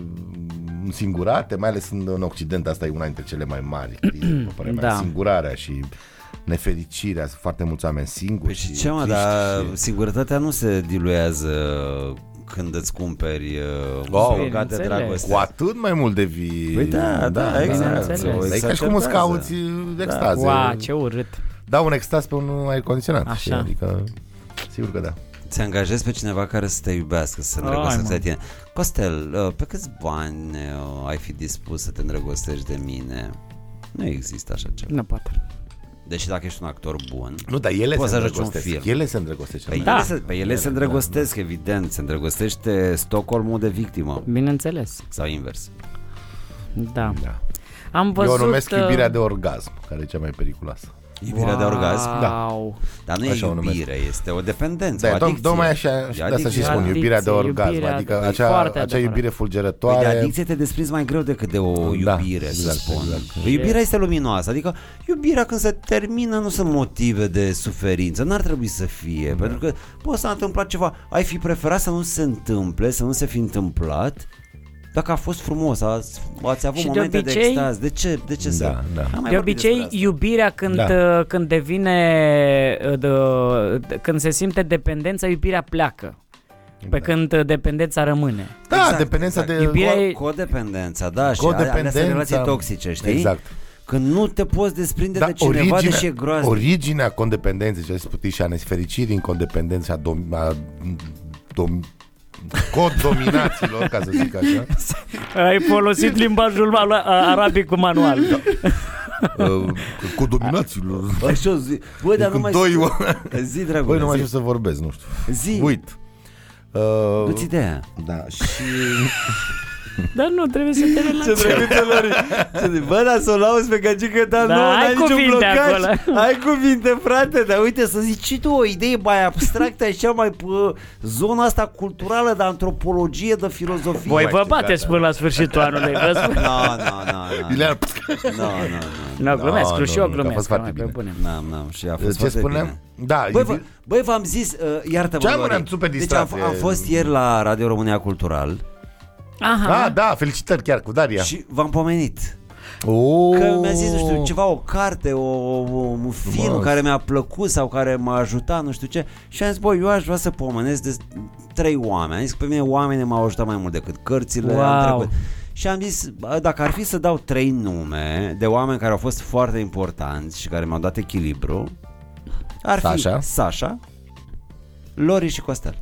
singurate, mai ales în, în Occident, asta e una dintre cele mai mari crize, după părerea mea.
Da.
Singurarea și nefericirea, sunt foarte mulți oameni singuri.
Păi și ce mă,
triști
dar
și-
singurătatea nu se diluează când îți cumperi uh,
Wow.
wow, de
Bineînțeles.
dragoste.
Cu atât mai mult de vii.
Păi da, da, exact. Da.
Bineînțeles.
E ca și cum îți cauți extaze.
Ua, ce urât.
Da, un extaz pe un aer condiționat.
Așa.
știi, Adică, sigur că da.
Ți angajezi pe cineva care să te iubească, să se îndrăgostească
Ai,
de tine. Costel, uh, pe câți bani uh, ai fi dispus să te îndrăgostești de mine? Nu există așa ceva.
Nu poate.
Deși dacă ești un actor bun,
Nu, dar ele
Poți
se
să joci un
îndrăgostesc. Păi
film.
Ele se îndrăgostesc.
pe,
Da.
ele, se, pe ele se îndrăgostesc, evident, se îndrăgostește Stockholmul de victimă.
Bineînțeles.
Sau invers.
Da.
Da.
Am
Eu
văzut...
o numesc
uh,
iubirea de orgasm, care e cea mai periculoasă.
Iubirea de orgasm.
Da. Wow.
Dar nu
Așa
e
o numesc.
iubire, este o dependență,
Da,
o
dom-
adicție.
domai așa, și
E
de asta și
adicție. Da.
spun, iubirea de
Adicție,
orgasm,
iubirea
adică
de-
acea,
foarte
acea
adevărat.
iubire
Păi de
fulgerătoare.
adicție te desprinzi mai greu decât de o
Da,
iubire, da, să
exact,
spun.
exact.
Iubirea este luminoasă, adică iubirea când se termină nu sunt motive de suferință, n-ar trebui să fie,
Da.
pentru că poate s-a întâmplat ceva, ai fi preferat să nu se întâmple, să nu se fi întâmplat, dacă a fost frumos, ați, ați avut
Și de
momente de,
obicei-
extaz, de ce, de ce să...
Da, da.
Am mai
De
vorbit
obicei,
despre asta.
iubirea când,
Da.
uh, când devine, uh, de- de- când se simte dependența, iubirea pleacă. Pe
Exact.
când uh, dependența rămâne.
Da,
Exact,
dependența
exact.
de...
Iubirea e-
Co- codependența, da, și alea sunt
Codependența.
relații toxice, știi?
Exact. Da,
Când nu te poți desprinde de cineva, deși e groaznic.
originea condependenței și a spus și a nesfericirii în condependența dom- a, dom- cod dominaților, ca să zic așa,
Ai folosit limbajul arabic cu manual.
uh, cod dominaților.
Așa Păi zi. Băi, dar nu
Când
mai
doi
știu.
oameni-
Zi, dragul.
Băi, nu mai știu
zi.
să vorbesc, nu știu.
Zi.
Uit. Uh,
Du-ți ideea.
da, și...
Dar nu, trebuie să te relaxezi.
Bă, dar să o lauzi pe gagică, dar
Da,
nu,
ai
n-ai niciun
cuvinte
blocaj.
acolo.
Ai cuvinte, frate, dar uite să zici și tu o idee mai abstractă, așa mai pă, zona asta culturală, de antropologie, de filozofie.
Voi
Mai
vă
știu,
bateți
gata.
până la sfârșitul anului. Vă spun.
Nu, nu, nu, nu.
Ilean,
Nu, nu, nu.
Nu, glumesc,
Nu,
no,
nu,
și
nu,
eu
că a
glumesc.
fost foarte
numai pe
bine.
bune.
N-am, n-am și a fost
ce
foarte
spuneam?
bine.
Da,
Băi,
iubi-
v- băi, v-am zis, uh, iartă-mă,
Ce am,
Lori.
am super
Deci am,
distrat,
f- am
e-
fost ieri la Radio România Cultural
Aha.
Da, da, felicitări chiar cu Daria.
Ah, și v-am pomenit.
Oh.
Că mi-a zis, nu știu, ceva, o carte, o, o, un film
Frumos.
care mi-a plăcut sau care m-a ajutat, nu știu ce. Și am zis, bă, eu aș vrea să pomenesc de trei oameni. Am zis, că pe mine oamenii m-au ajutat mai mult decât cărțile. Am
Wow.
trecut. Și am zis, bă, dacă ar fi să dau trei nume de oameni care au fost foarte importanți și care mi-au dat echilibru, ar fi
Sasha.
Sasha Lori și Costel.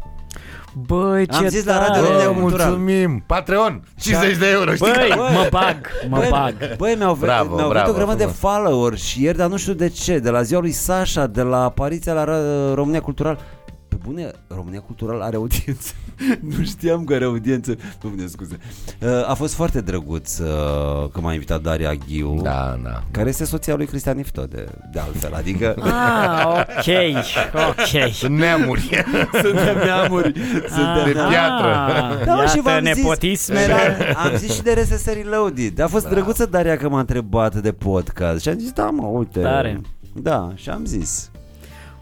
Băi, ce
Am zis la
tare.
radio
Bă,
Cultural. Da.
mulțumim! Patreon! 50 de euro, știi?
Băi,
că-
mă bag, mă
Băi,
bag.
Băi, mi-au venit,
Bravo,
mi-au venit
bravo,
o grămadă de
frumos.
follower și ieri, dar nu știu de ce, de la ziua lui Sasha, de la apariția la Ra- România Cultural. Pe bune, România Cultural are audiență. nu știam că are audiență. Nu bine, scuze. Uh, A fost foarte drăguț uh, că m-a invitat Daria Ghiu.
Da, da.
Care este soția lui Cristian Iftode, de altfel, adică
Ah, ok, ok.
Sunt neamuri.
suntem neamuri,
de
suntem neamuri.
piatră.
Da, mă, și
Iată
v-am zis,
nepotisme.
era- am zis și de RSS Reloaded. A fost da. drăguță Daria că m-a întrebat de podcast și am zis, da mă, uite.
Tare.
Da, și am zis.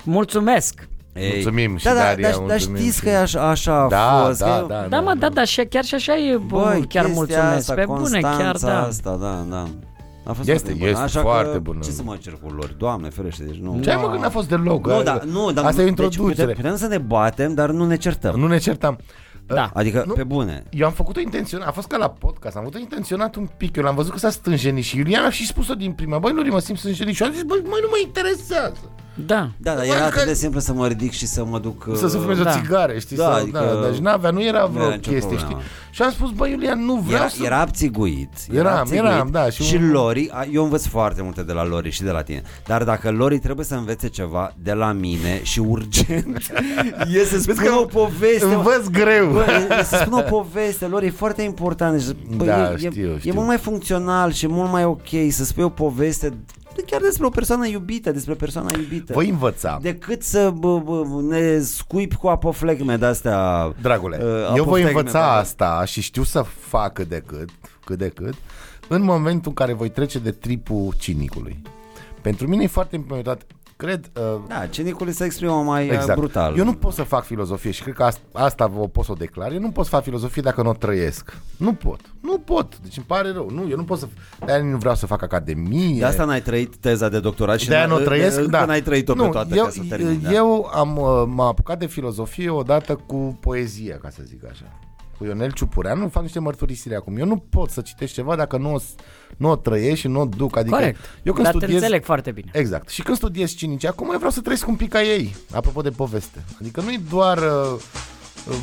Mulțumesc.
Ei,
Mulțumim și
da, da,
Daria,
dar, dar
mulțumim
știți
și-
că e așa, așa a
Da,
fost.
da,
că-
da.
Da, mă, da, da, și chiar și așa e bun,
Băi,
chiar
chestia
mulțumesc.
Asta,
Pe bune, chiar
Constanța
da.
Asta, da, da. A fost
Este,
foarte bună,
este
așa că,
foarte bună.
Ce să mă cer cu lor? Doamne, ferește, deci nu.
Ce ai mă, că n-a fost deloc. ă?
Nu, da, nu, dar
Asta e o
deci
introducere.
putem, putem să ne batem, dar nu ne certăm.
Nu ne certam. Ă,
Da.
Adică,
Nu.
pe bune.
Eu am făcut-o intenționat, a fost ca la podcast, am făcut-o intenționat un pic, eu l-am văzut că s-a stânjenit și Iulian a și spus-o din prima, băi, Lori, mă simt stânjenit și eu am zis, băi, măi, nu mă interesează.
Da.
Da, dar
Bă,
era atât
că-
de simplu să mă ridic și să mă duc...
Să se fumeze
da.
o țigare, știi,
Da,
da, sau,
adică-
da, deci n-avea, nu era
Nu
vreo
era nicio
chestie,
problemă.
știi. Și am spus, băi, Iulian, nu vreau
Era,
să...
era abțiguit.
Eram, eram, da,
Și,
și
și
un-
Lori, a- eu învăț foarte multe de la Lori și de la tine. Dar dacă Lori trebuie să învețe ceva de la mine și urgent, e să spună o poveste. mă.
Învăț greu.
Bă, e- e să spun o poveste, lor e foarte important. Deci, bă,
Da,
e,
știu,
e, e
știu.
mult mai funcțional și mult mai ok să spui o poveste chiar despre o persoană iubită, despre persoana iubită.
Voi învăța.
Decât să bă, bă, ne scuip cu apoflegme de-astea
Dragule,
Uh,
eu voi
apoftegme,
învăța
da.
asta și știu să fac cât de cât, cât de cât, în momentul în care voi trece de tripul cinicului. Pentru mine e foarte important, cred, uh,
Da, cinicul se exprimă mai exact. brutal.
Eu nu pot să fac filozofie și cred că asta, asta o pot să o declar. Eu nu pot să fac filozofie dacă nu o trăiesc. Nu pot. Nu pot. Deci îmi pare rău. Nu, eu nu pot să... de nu vreau să fac academie.
De asta n-ai trăit teza de doctorat și
de aia nu o
n-
trăiesc,
încă
da.
n-ai trăit-o
nu,
pe toată
eu,
ca să termin. da.
Eu am, uh, m-am apucat de filozofie odată cu poezia, ca să zic așa. Cu Ionel Ciupureanu fac niște mărturisiri acum. Eu nu pot să citesc ceva dacă nu o, s- nu o trăiesc și nu o duc. Adică
Corect.
Eu când
Dar te
studiez,
înțeleg foarte bine.
Exact. Și când studiez cinici, acum eu vreau să trăiesc un pic ca ei, apropo de poveste. Adică nu-i doar... Uh, uh,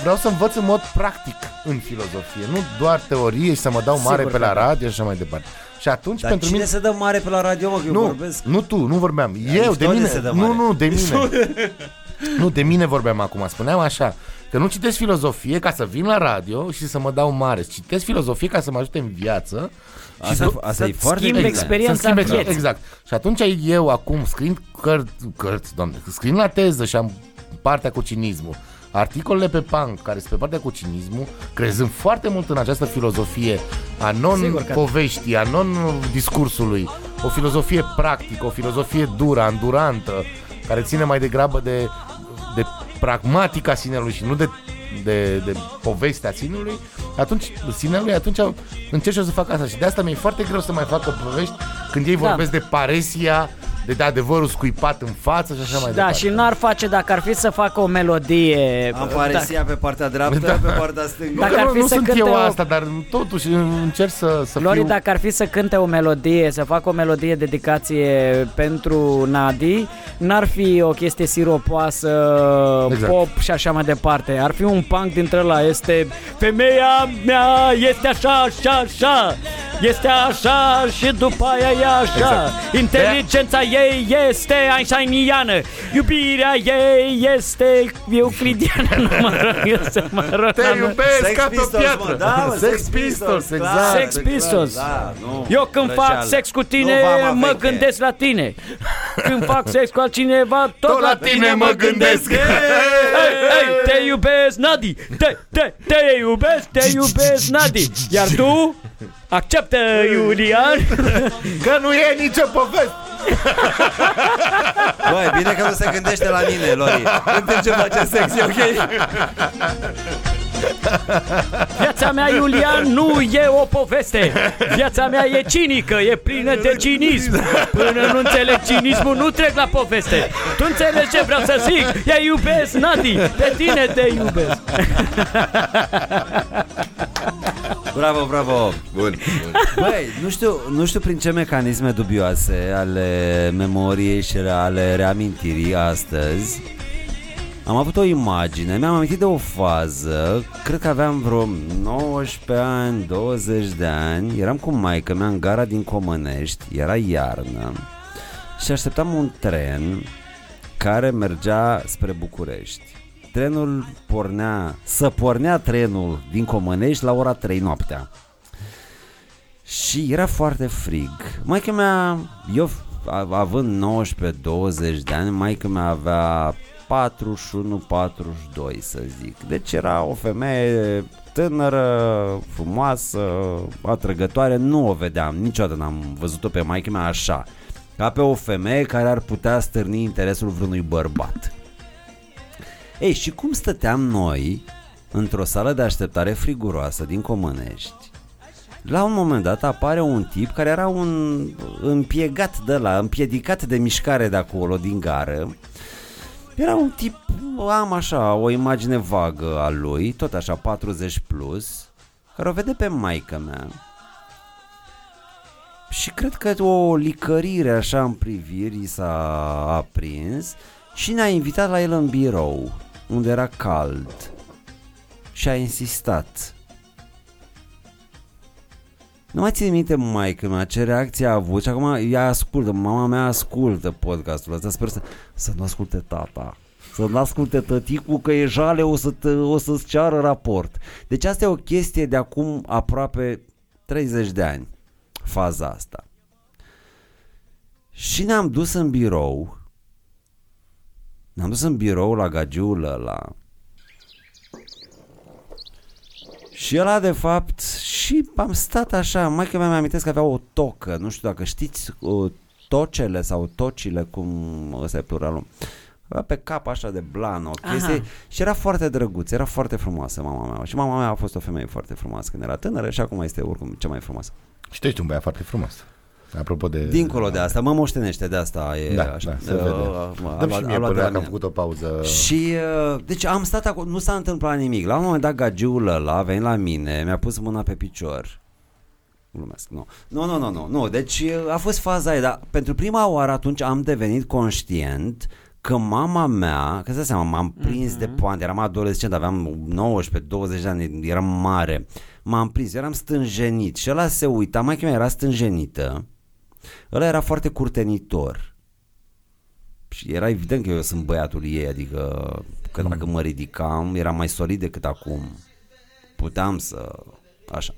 vreau să învăț în mod practic în filozofie, nu doar teorie și să mă dau mare
Sigur
pe
că
la
da.
radio și așa mai departe. Și atunci,
Dar
pentru
cine
mine...
se dă mare pe la radio, mă, că eu
Nu,
vorbesc?
nu tu, nu vorbeam. eu, de
Aristotel
mine.
se dă
nu,
mare.
nu, de mine. nu, de mine vorbeam acum. Spuneam așa, că nu citesc filozofie ca să vin la radio și să mă dau mare. Citesc filozofie ca să mă ajute în viață. și
Asta,
să-
asta e
să-
foarte
schimbi
bine.
experiența.
să-mi schimbe
vieții.
ceva. Exact. Și atunci eu acum scriind cărți, cărți, doamne, scriind la teză și am partea cu cinismul. Articolele pe punk care sunt pe partea cu cinismul, crezând foarte mult în această filozofie a
Sigur că da.
non-poveștii, a non-discursului, o filozofie practică, o filozofie dură, îndurantă, care ține mai degrabă de, de pragmatica sinelui și nu de, de, de povestea sinelui, atunci, sinelui, atunci încerc și eu să fac asta și de asta mi-e foarte greu să mai facă povești când ei
Da.
vorbesc de paresia, de adevărul scuipat în față și așa mai
Da,
departe.
și n-ar face dacă ar fi să facă o melodie. Da.
Am
dacă-
paresia pe partea dreaptă, pe partea stângă.
Dacă
Că
ar
nu,
fi
nu
să
sunt
cânte
eu
o-
asta, dar totuși încerc să, să
Lori,
fiu...
dacă ar fi să cânte o melodie, să facă o melodie dedicație pentru Nadi, n-ar fi o chestie siropoasă,
Exact.
pop și așa mai departe. Ar fi un punk dintre ăla, este Femeia mea este așa, așa, așa, este așa și după aia e așa.
Exact.
Inteligența ei este einsteiniană, iubirea ei este euclidiană. nu mă rog, eu să mă rog,
Te
n-am-
iubesc ca pe o piatră!
mă, da, mă,
Sex Pistols,
clar,
exact!
Sex Pistols.
Da, nu,
Eu când fac
răceală.
sex cu tine,
Nu vama
mă
veche.
gândesc la tine. Când fac sex cu altcineva, tot,
Tot la tine mă gândesc!
Ei, ei, te iubesc, Nadi! Te, te, te iubesc, te iubesc, Nadi! Iar tu, acceptă, Iulian!
Că nu e nicio poveste!
Băi, bine că nu se gândește la mine, Lori. În timp ce face sex, e ok?
Viața mea, Iulian, nu e o poveste! Viața mea e cinică, e plină de cinism! Până nu înțeleg cinismul, nu trec la poveste! Tu înțelegi ce vreau să zic? Te iubesc, Nadi! Pe tine te iubesc!
Bravo, bravo! Bun, Băi, nu știu, nu știu prin ce mecanisme dubioase ale memoriei și ale reamintirii astăzi am avut o imagine, mi-am amintit de o fază, cred că aveam vreo 19 ani, 20 de ani, eram cu maica mea în gara din Comănești, era iarnă și așteptam un tren care mergea spre București. Trenul pornea, să pornea trenul din Comănești la ora 3 noaptea. Și era foarte frig. Maica mea, eu a- având 19-20 de ani, maica mea avea 41-42 să zic. Deci era o femeie tânără, frumoasă, atrăgătoare, nu o vedeam, niciodată n-am văzut-o pe maica mea așa. Ca pe o femeie care ar putea stârni interesul vreunui bărbat. Ei, și cum stăteam noi într-o sală de așteptare friguroasă din Comănești? La un moment dat apare un tip care era un împiegat de la, împiedicat de mișcare de acolo, din gară. Era un tip, am așa, o imagine vagă a lui, tot așa, 40 plus, care o vede pe maică mea. Și cred că o licărire așa în priviri i s-a aprins și ne-a invitat la el în birou, unde era cald. Și a insistat. Nu mai țin minte maică mea ce reacție a avut și acum ea ascultă, mama mea ascultă podcastul ăsta, sper să, să nu asculte tata. Să nu asculte tăticul că e jale, o, să te, o să-ți ceară raport. Deci asta e o chestie de acum aproape 30 de ani, faza asta. Și ne-am dus în birou, ne-am dus în birou la gagiul ăla, Și ăla de fapt și am stat așa, mai că mi-am amintesc că avea o tocă, nu știu dacă știți uh, tocele sau tocile, cum ăsta e pluralul. Avea pe cap așa de blană o chestie
Aha.
și era foarte drăguț, era foarte frumoasă mama mea. Și mama mea a fost o femeie foarte frumoasă când era tânără și acum este oricum cea mai frumoasă.
Și tu ești un băiat foarte frumos. Apropo de...
Dincolo de asta, mă moștenește de asta. E,
Da,
așa,
da, se
Uh,
vede.
a
Dăm
luat-
și
a luat de
mie până
la
dacă am
mine.
făcut o pauză.
Și, uh, deci am stat acolo, nu s-a întâmplat nimic. La un moment dat, gagiul ăla a venit la mine, mi-a pus mâna pe picior. Glumesc, nu. Nu, nu, nu, nu, nu. Deci uh, a fost faza aia, dar pentru prima oară atunci am devenit conștient că mama mea, că să seama, m-am prins mm-hmm. de poante, eram adolescent, aveam 19-20 de ani, eram mare, m-am prins, eram stânjenit și ăla se uita, mai mea era stânjenită, ăla era foarte curtenitor, și era evident că eu sunt băiatul ei, adică că dacă mă ridicam, eram mai solid decât acum. Puteam să... așa.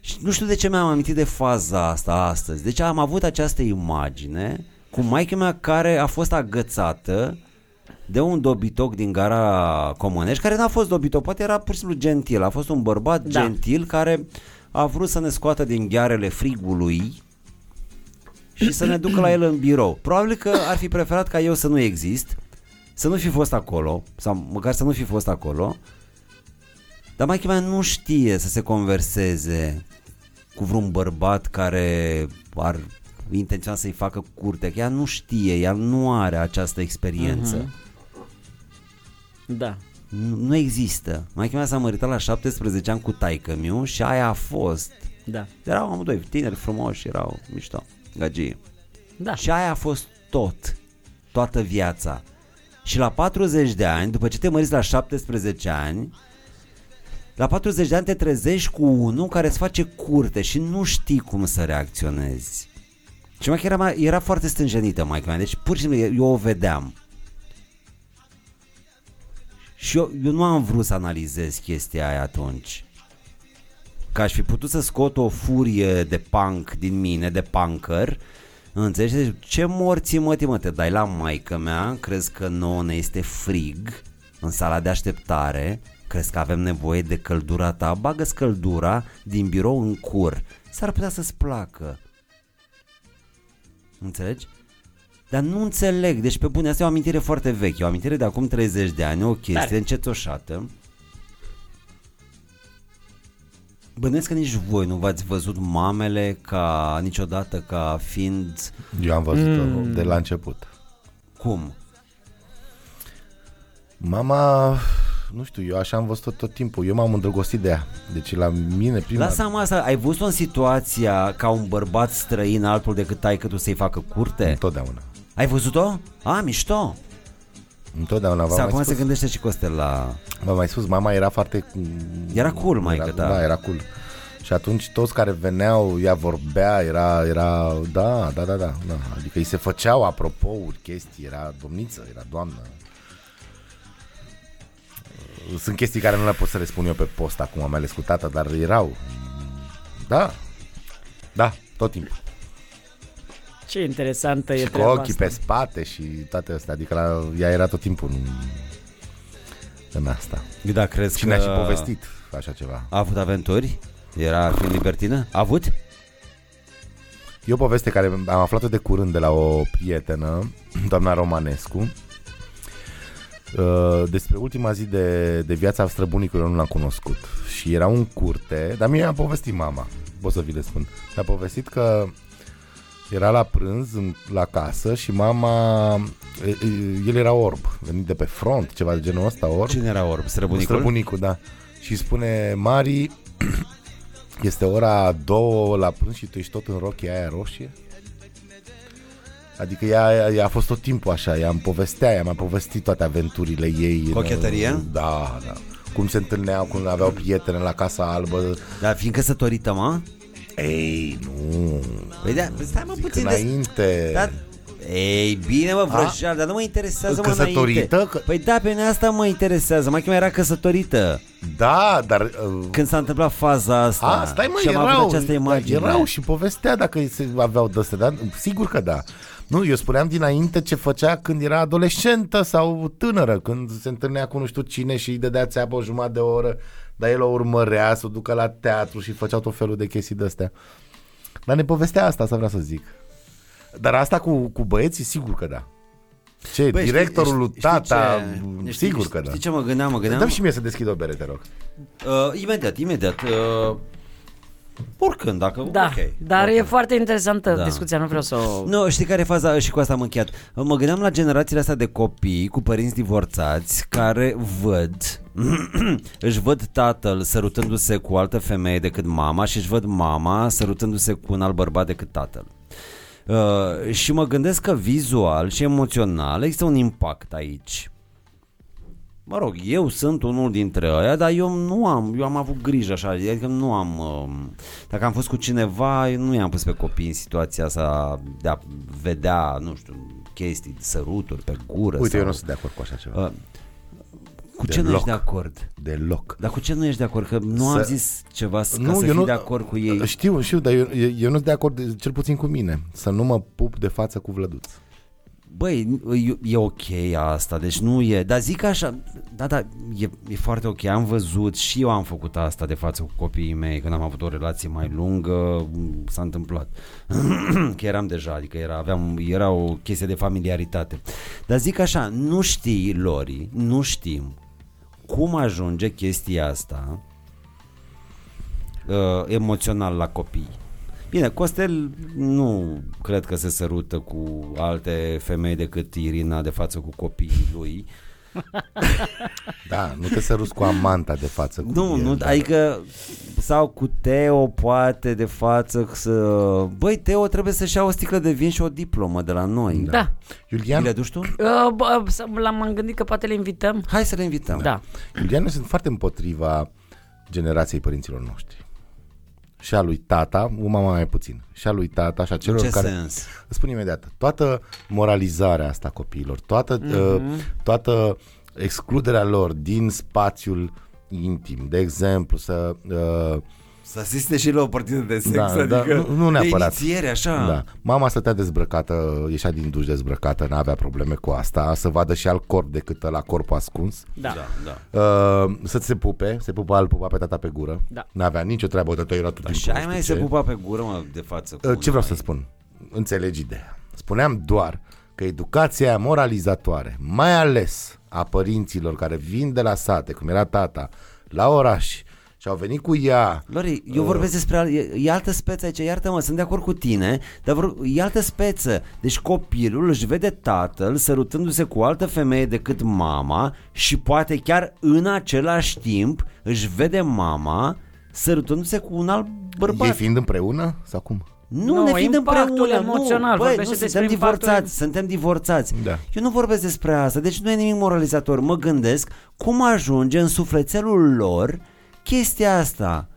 Și nu știu de ce mi-am amintit de faza asta astăzi. Deci am avut această imagine cu maica mea care a fost agățată de un dobitoc din gara Comănești, care n-a fost dobitoc, poate era pur și simplu gentil. A fost un bărbat da.
Da.
gentil care a vrut să ne scoată din ghearele frigului și să ne ducă la el în birou. Probabil că ar fi preferat ca eu să nu exist, să nu fi fost acolo, sau măcar să nu fi fost acolo, dar mai mea nu știe să se converseze cu vreun bărbat care ar intenționa să-i facă curte, că ea nu știe, ea nu are această experiență. Uh-huh.
Da.
Nu, nu există. Mai mea s-a măritat la 17 ani cu taică miu și aia a fost.
Da.
Erau amândoi tineri frumoși, erau mișto, gagii.
Da.
Și aia a fost tot, toată viața. Și la 40 de ani, după ce te măriți la 17 ani, la 40 de ani te trezești cu unul care îți face curte și nu știi cum să reacționezi. Și mai era, mai- era foarte stânjenită mai mea, deci pur și simplu eu o vedeam. Și eu, eu nu am vrut să analizez chestia aia atunci. Că aș fi putut să scot o furie de punk din mine, de punker, Înțelegi? Deci, ce morții mătii mă, te dai la maică mea, crezi că nouă ne este frig în sala de așteptare, crezi că avem nevoie de căldura ta, bagă căldura din birou în cur, s-ar putea să-ți placă. Înțelegi? Dar nu înțeleg, deci pe bune, asta e o amintire foarte veche, e o amintire de acum 30 de ani, e o chestie
Tare.
încetoșată. Bănuiesc că nici voi nu v-ați văzut mamele ca niciodată ca fiind
Eu am văzut-o
Mm.
de la început.
cum?
Mama nu știu, eu așa am văzut tot, tot timpul. Eu m-am îndrăgostit de ea. Deci la mine prima...
Lasă am asta, ai văzut-o în situația ca un bărbat străin altul decât ai că tu să-i facă curte?
Întotdeauna.
Ai văzut-o? A, mișto!
Întotdeauna v-am
Sau
mai,
acum se
spus,
gândește și Costel la...
v-am mai spus, mama era foarte...
Era cool, maică
era,
ta.
Da, era cool. Și atunci toți care veneau, ea vorbea, era, era, da, da, da, da, da. Adică îi se făceau apropouri, chestii, era domniță, era doamnă. Sunt chestii care nu le pot să le spun eu pe post acum, mai ales cu tata, dar erau. Da, da, tot timpul.
Ce interesantă e
și cu
treaba
ochii
asta.
pe spate și toate astea. Adică la, ea era tot timpul în, în asta.
Da, crezi
Și ne-a și povestit așa ceva.
A avut aventuri? Era fiind libertină? A avut?
E o poveste care am aflat-o de curând de la o prietenă, doamna Romanescu, uh, despre ultima zi de, de viața străbunicului, eu nu l-am cunoscut. Și era un curte, dar mie mi-a povestit mama, pot să vi le spun. Mi-a povestit că era la prânz în, la casă și mama, e- e- el era orb, venit de pe front, ceva de genul ăsta, orb.
Cine era orb? Străbunicul?
Străbunicul, da. Și spune, Mari, este ora două la prânz și tu ești tot în rochia aia roșie? Adică ea, ea a fost tot timpul așa, ea îmi povestea, ea mi-a povestit toate aventurile ei. în-
Cochetărie?
Da, da. Cum se întâlneau, cum aveau prietene la Casa Albă.
Dar fiind căsătorită, mă?
Ei, nu.
Păi da, stai mă
Zic
puțin de...
înainte.
Dar... Ei, bine mă, vrăjar, dar nu mă interesează mă
Căsătorită?
înainte.
Că-
Păi da, pe mine asta mă interesează, mai că era căsătorită.
Da, dar... uh,
Când s-a întâmplat faza asta
A, stai mă,
și am
erau,
avut această imagine.
erau și povestea dacă se aveau dăste, dar sigur că da. Nu, eu spuneam dinainte ce făcea când era adolescentă sau tânără, când se întâlnea cu nu știu cine și îi dădea țeapă o jumătate de oră, dar el o urmărea să o ducă la teatru și făcea tot felul de chestii de-astea. Dar ne povestea asta, să vreau să zic. Dar asta cu, cu băieții, sigur că da. Ce, Băi,
Băi, știi-
directorul lui
știi- știi
tata,
ce- știi-
sigur că da.
Știi ce mă gândeam, mă gândeam?
Dăm și mie să deschid o bere, te rog.
Uh, imediat, imediat. Uh, oricând, dacă...
Da,
ok.
dar e foarte interesantă
Da.
discuția, nu vreau să o...
Nu, știi care e faza? Și cu asta am încheiat. Mă gândeam la generațiile astea de copii cu părinți divorțați care văd, își văd tatăl sărutându-se cu altă femeie decât mama și își văd mama sărutându-se cu un alt bărbat decât tatăl. Uh, și mă gândesc că vizual și emoțional există un impact aici. Mă rog, eu sunt unul dintre ăia, dar eu nu am, eu am avut grijă așa, adică nu am, um, dacă am fost cu cineva, eu nu i-am pus pe copii în situația asta de a vedea, nu știu, chestii, săruturi pe gură
Uite,
sau...
eu nu sunt de acord cu așa ceva.
Uh, Cu ce nu
Deloc.
ești de acord?
Deloc.
Dar cu ce nu ești de acord? Că nu am
Să-
zis ceva s- ca nu, să fii de acord cu ei.
Știu, știu, dar eu, eu, eu nu sunt de acord, cel puțin cu mine, să nu mă pup de față cu Vlăduț.
Băi, e, e ok asta, deci nu e, dar zic așa, da, da, e, e foarte ok, am văzut și eu am făcut asta de față cu copiii mei, când am avut o relație mai lungă, m, s-a întâmplat, că eram deja, adică era, aveam, era o chestie de familiaritate, dar zic așa, nu știi, Lori, nu știm cum ajunge chestia asta uh, emoțional la copii. Bine, Costel nu cred că se sărută cu alte femei decât Irina de față cu copiii lui.
Da, nu te săruți cu amanta de față cu
Nu,
el,
nu,
da.
adică sau cu Teo poate de față să... Băi, Teo trebuie să-și ia o sticlă de vin și o diplomă de la noi.
Da.
Iulian,
Le duci tu?
Uh, bă, să- l-am m-am gândit că poate le invităm.
Hai să le invităm.
Da.
Iulian, eu sunt foarte împotriva generației părinților noștri. Și a lui tata, u, mama mai puțin, și a lui tata și a
În
celor
ce
care...
sens?
Îți spun imediat, toată moralizarea asta a copiilor, toată,
Mhm.
uh, toată excluderea lor din spațiul intim, de exemplu, să... Uh,
Să asiste și la o partidă de sex,
Da, da,
adică
nu- nu neapărat.
de inițiere, așa.
Da. Mama stătea dezbrăcată, ieșea din duș dezbrăcată, n-avea probleme cu asta, să vadă și alt corp decât la corpul ascuns.
Da.
da, da.
Uh, să se pupe, se pupa, îl pupa pe tata pe gură.
Da.
N-avea nicio treabă, tot era tot
Dar
timpul,
și ai
nu
mai
știu
se
ce.
pupa pe gură, mă, de față. cu
Uh,
una,
Ce vreau
e-
să spun? Înțelegi ideea. Spuneam doar că educația aia moralizatoare, mai ales a părinților care vin de la sate, cum era tata, la oraș Și au venit cu ea.
Lori, eu vorbesc despre al- e, e altă speță aici, iartă-mă, sunt de acord cu tine, dar vor, e altă speță. Deci copilul își vede tatăl sărutându-se cu o altă femeie decât mama și poate chiar în același timp își vede mama sărutându-se cu un alt bărbat.
Ei fiind împreună? Sau cum?
Nu,
Nu,
ne fiind
impactul
împreună,
emoțional,
nu, băi, nu
vorbește
suntem
despre impactul-
divorțați, suntem divorțați.
Da.
Eu nu vorbesc despre asta, deci nu e nimic moralizator. Mă gândesc cum ajunge în sufletelul lor chestia asta.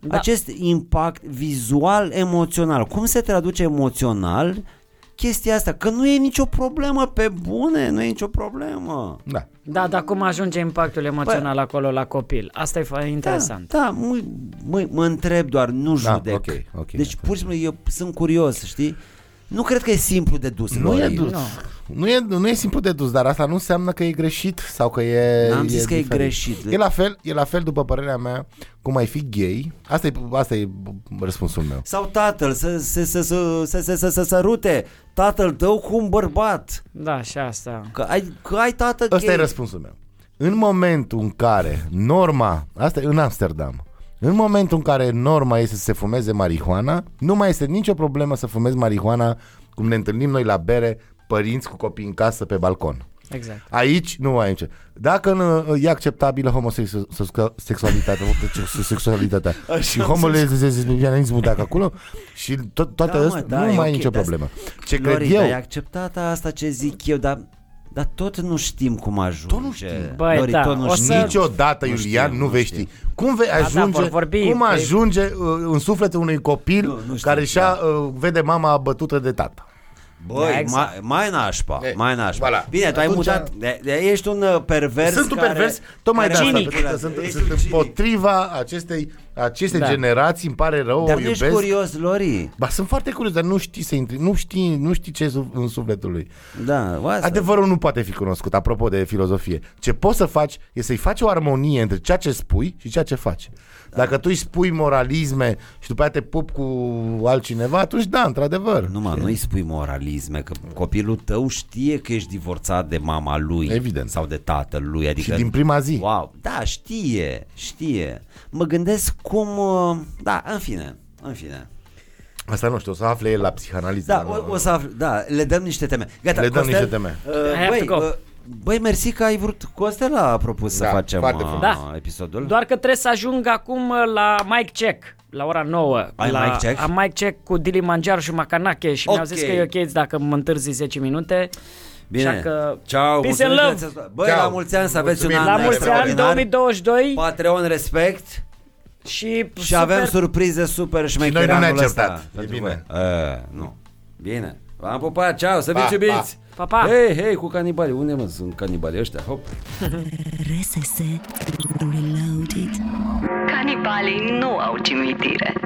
Da.
Da.
Acest impact vizual, emoțional. Cum se traduce emoțional chestia asta? Că nu e nicio problemă pe bune, nu e nicio problemă.
Da.
Da, dar cum ajunge impactul emoțional Bă. acolo la copil? Asta e fa- interesant.
Păi- Da, da mă, mă, mă întreb doar, nu
Da,
judec.
ok, ok.
deci pur și simplu eu sunt curios, știi? Nu cred că e simplu de dus.
Nu e
Lori.
dus.
nu.
Nu e, nu e simplu de dus, dar asta nu înseamnă că e greșit sau că e
N-am zis că e
diferit.
greșit.
E la fel, e la fel după părerea mea, cum ai fi gay. Asta e, asta e răspunsul meu.
Sau tatăl să se să, să, să, să, să, să sărute tatăl tău cu un bărbat.
Da, și asta.
Că ai, că ai tată
Ăsta
gay.
e răspunsul meu. În momentul în care norma, asta e în Amsterdam, în momentul în care norma este să se fumeze marihuana, nu mai este nicio problemă să fumezi marihuana cum ne întâlnim noi la bere, părinți cu copii în casă pe balcon.
Exact.
Aici nu mai e nicio. Dacă nu, e acceptabilă homosexualitatea, sexualitatea și homosexualismul dacă acolo și tot, toate
Da, mă,
astea,
da,
nu
e
mai e
ok,
nicio
dar-
problemă. Ce
Lori,
cred
dar
eu,
ai acceptat asta ce zic eu, dar, dar tot nu știm cum ajunge. Tot nu știm.
Băi,
Lori,
da,
tot nu
o
știm.
să-
Niciodată,
Nu
Iulian,
știu,
nu
nu
vei
știu. Da,
știi. Cum vei ajunge,
vor vorbi
cum
pe-
ajunge uh, în sufletul unui copil
Nu, nu știu, da.
care și-a uh, vede mama abătută de tata?
Băi,
Da, exact.
mai, mai nașpa,
Ei,
mai nașpa.
voilà.
Bine, tu ai
Atunci-
mutat, de, de, ești un uh, pervers
Sunt un
care,
pervers, tocmai de
care-
asta,
Cinic.
pentru că sunt,
Ești
sunt
un cinic.
împotriva acestei, acestei
Da.
generații, îmi pare rău,
Dar
o
nu ești
iubesc.
curios, Lori.
Ba, sunt foarte curios, dar nu știi să intri, nu știi, nu știi ce e suf- în sufletul lui.
Da, o asta.
Adevărul nu poate fi cunoscut, apropo de filozofie. Ce poți să faci e să-i faci o armonie între ceea ce spui și ceea ce faci.
Da.
Dacă tu îi spui moralisme și după aia te pup cu altcineva, atunci da, într-adevăr.
Nu, mă, nu-i spui moralisme, că copilul tău știe că ești divorțat de mama lui.
Evident.
Sau de tatăl lui. Adică,
Și din prima zi.
Wow, da, știe, știe. Mă gândesc cum... uh, Da, în fine, în fine.
Asta nu știu, o să afle el la psihanaliză.
Da,
la-
o, o să aflu, da, le dăm niște teme. Gata,
Le dăm
Costel,
niște teme.
uh,
I have
băi,
to go.
uh, băi, mersi că ai vrut. Costel a propus
Da,
să facem
foarte
uh,
frumos.
Da.
episodul.
Doar că trebuie să ajung acum uh, la Mike Check, la ora 9.
Ai
la,
mic check?
Am Mike Check cu Dili Mangiar și Macanache și mi-au zis
Ok.
că e ok dacă mă întârzi 10 minute.
Bine,
Așa că...
ceau,
Peace and
mulțumim
love!
că ați- Băi,
Ceau.
la mulți ani să aveți un an
Mulțumim.
La mulți ani
extraordinar.
2022
Patreon, respect.
și,
Și avem
super...
surprize super șmechere
noi nu ne-am
anul ăsta
certat. E
pentru
bine.
voi. E, nu. Bine. V-am pupat, ceau, să
Pa,
fiți iubiți.
Pa, pa!
Hei, hei, cu canibali. Unde mă sunt canibali ăștia? Hop.
RSS Reloaded
Canibalii nu au cimitire.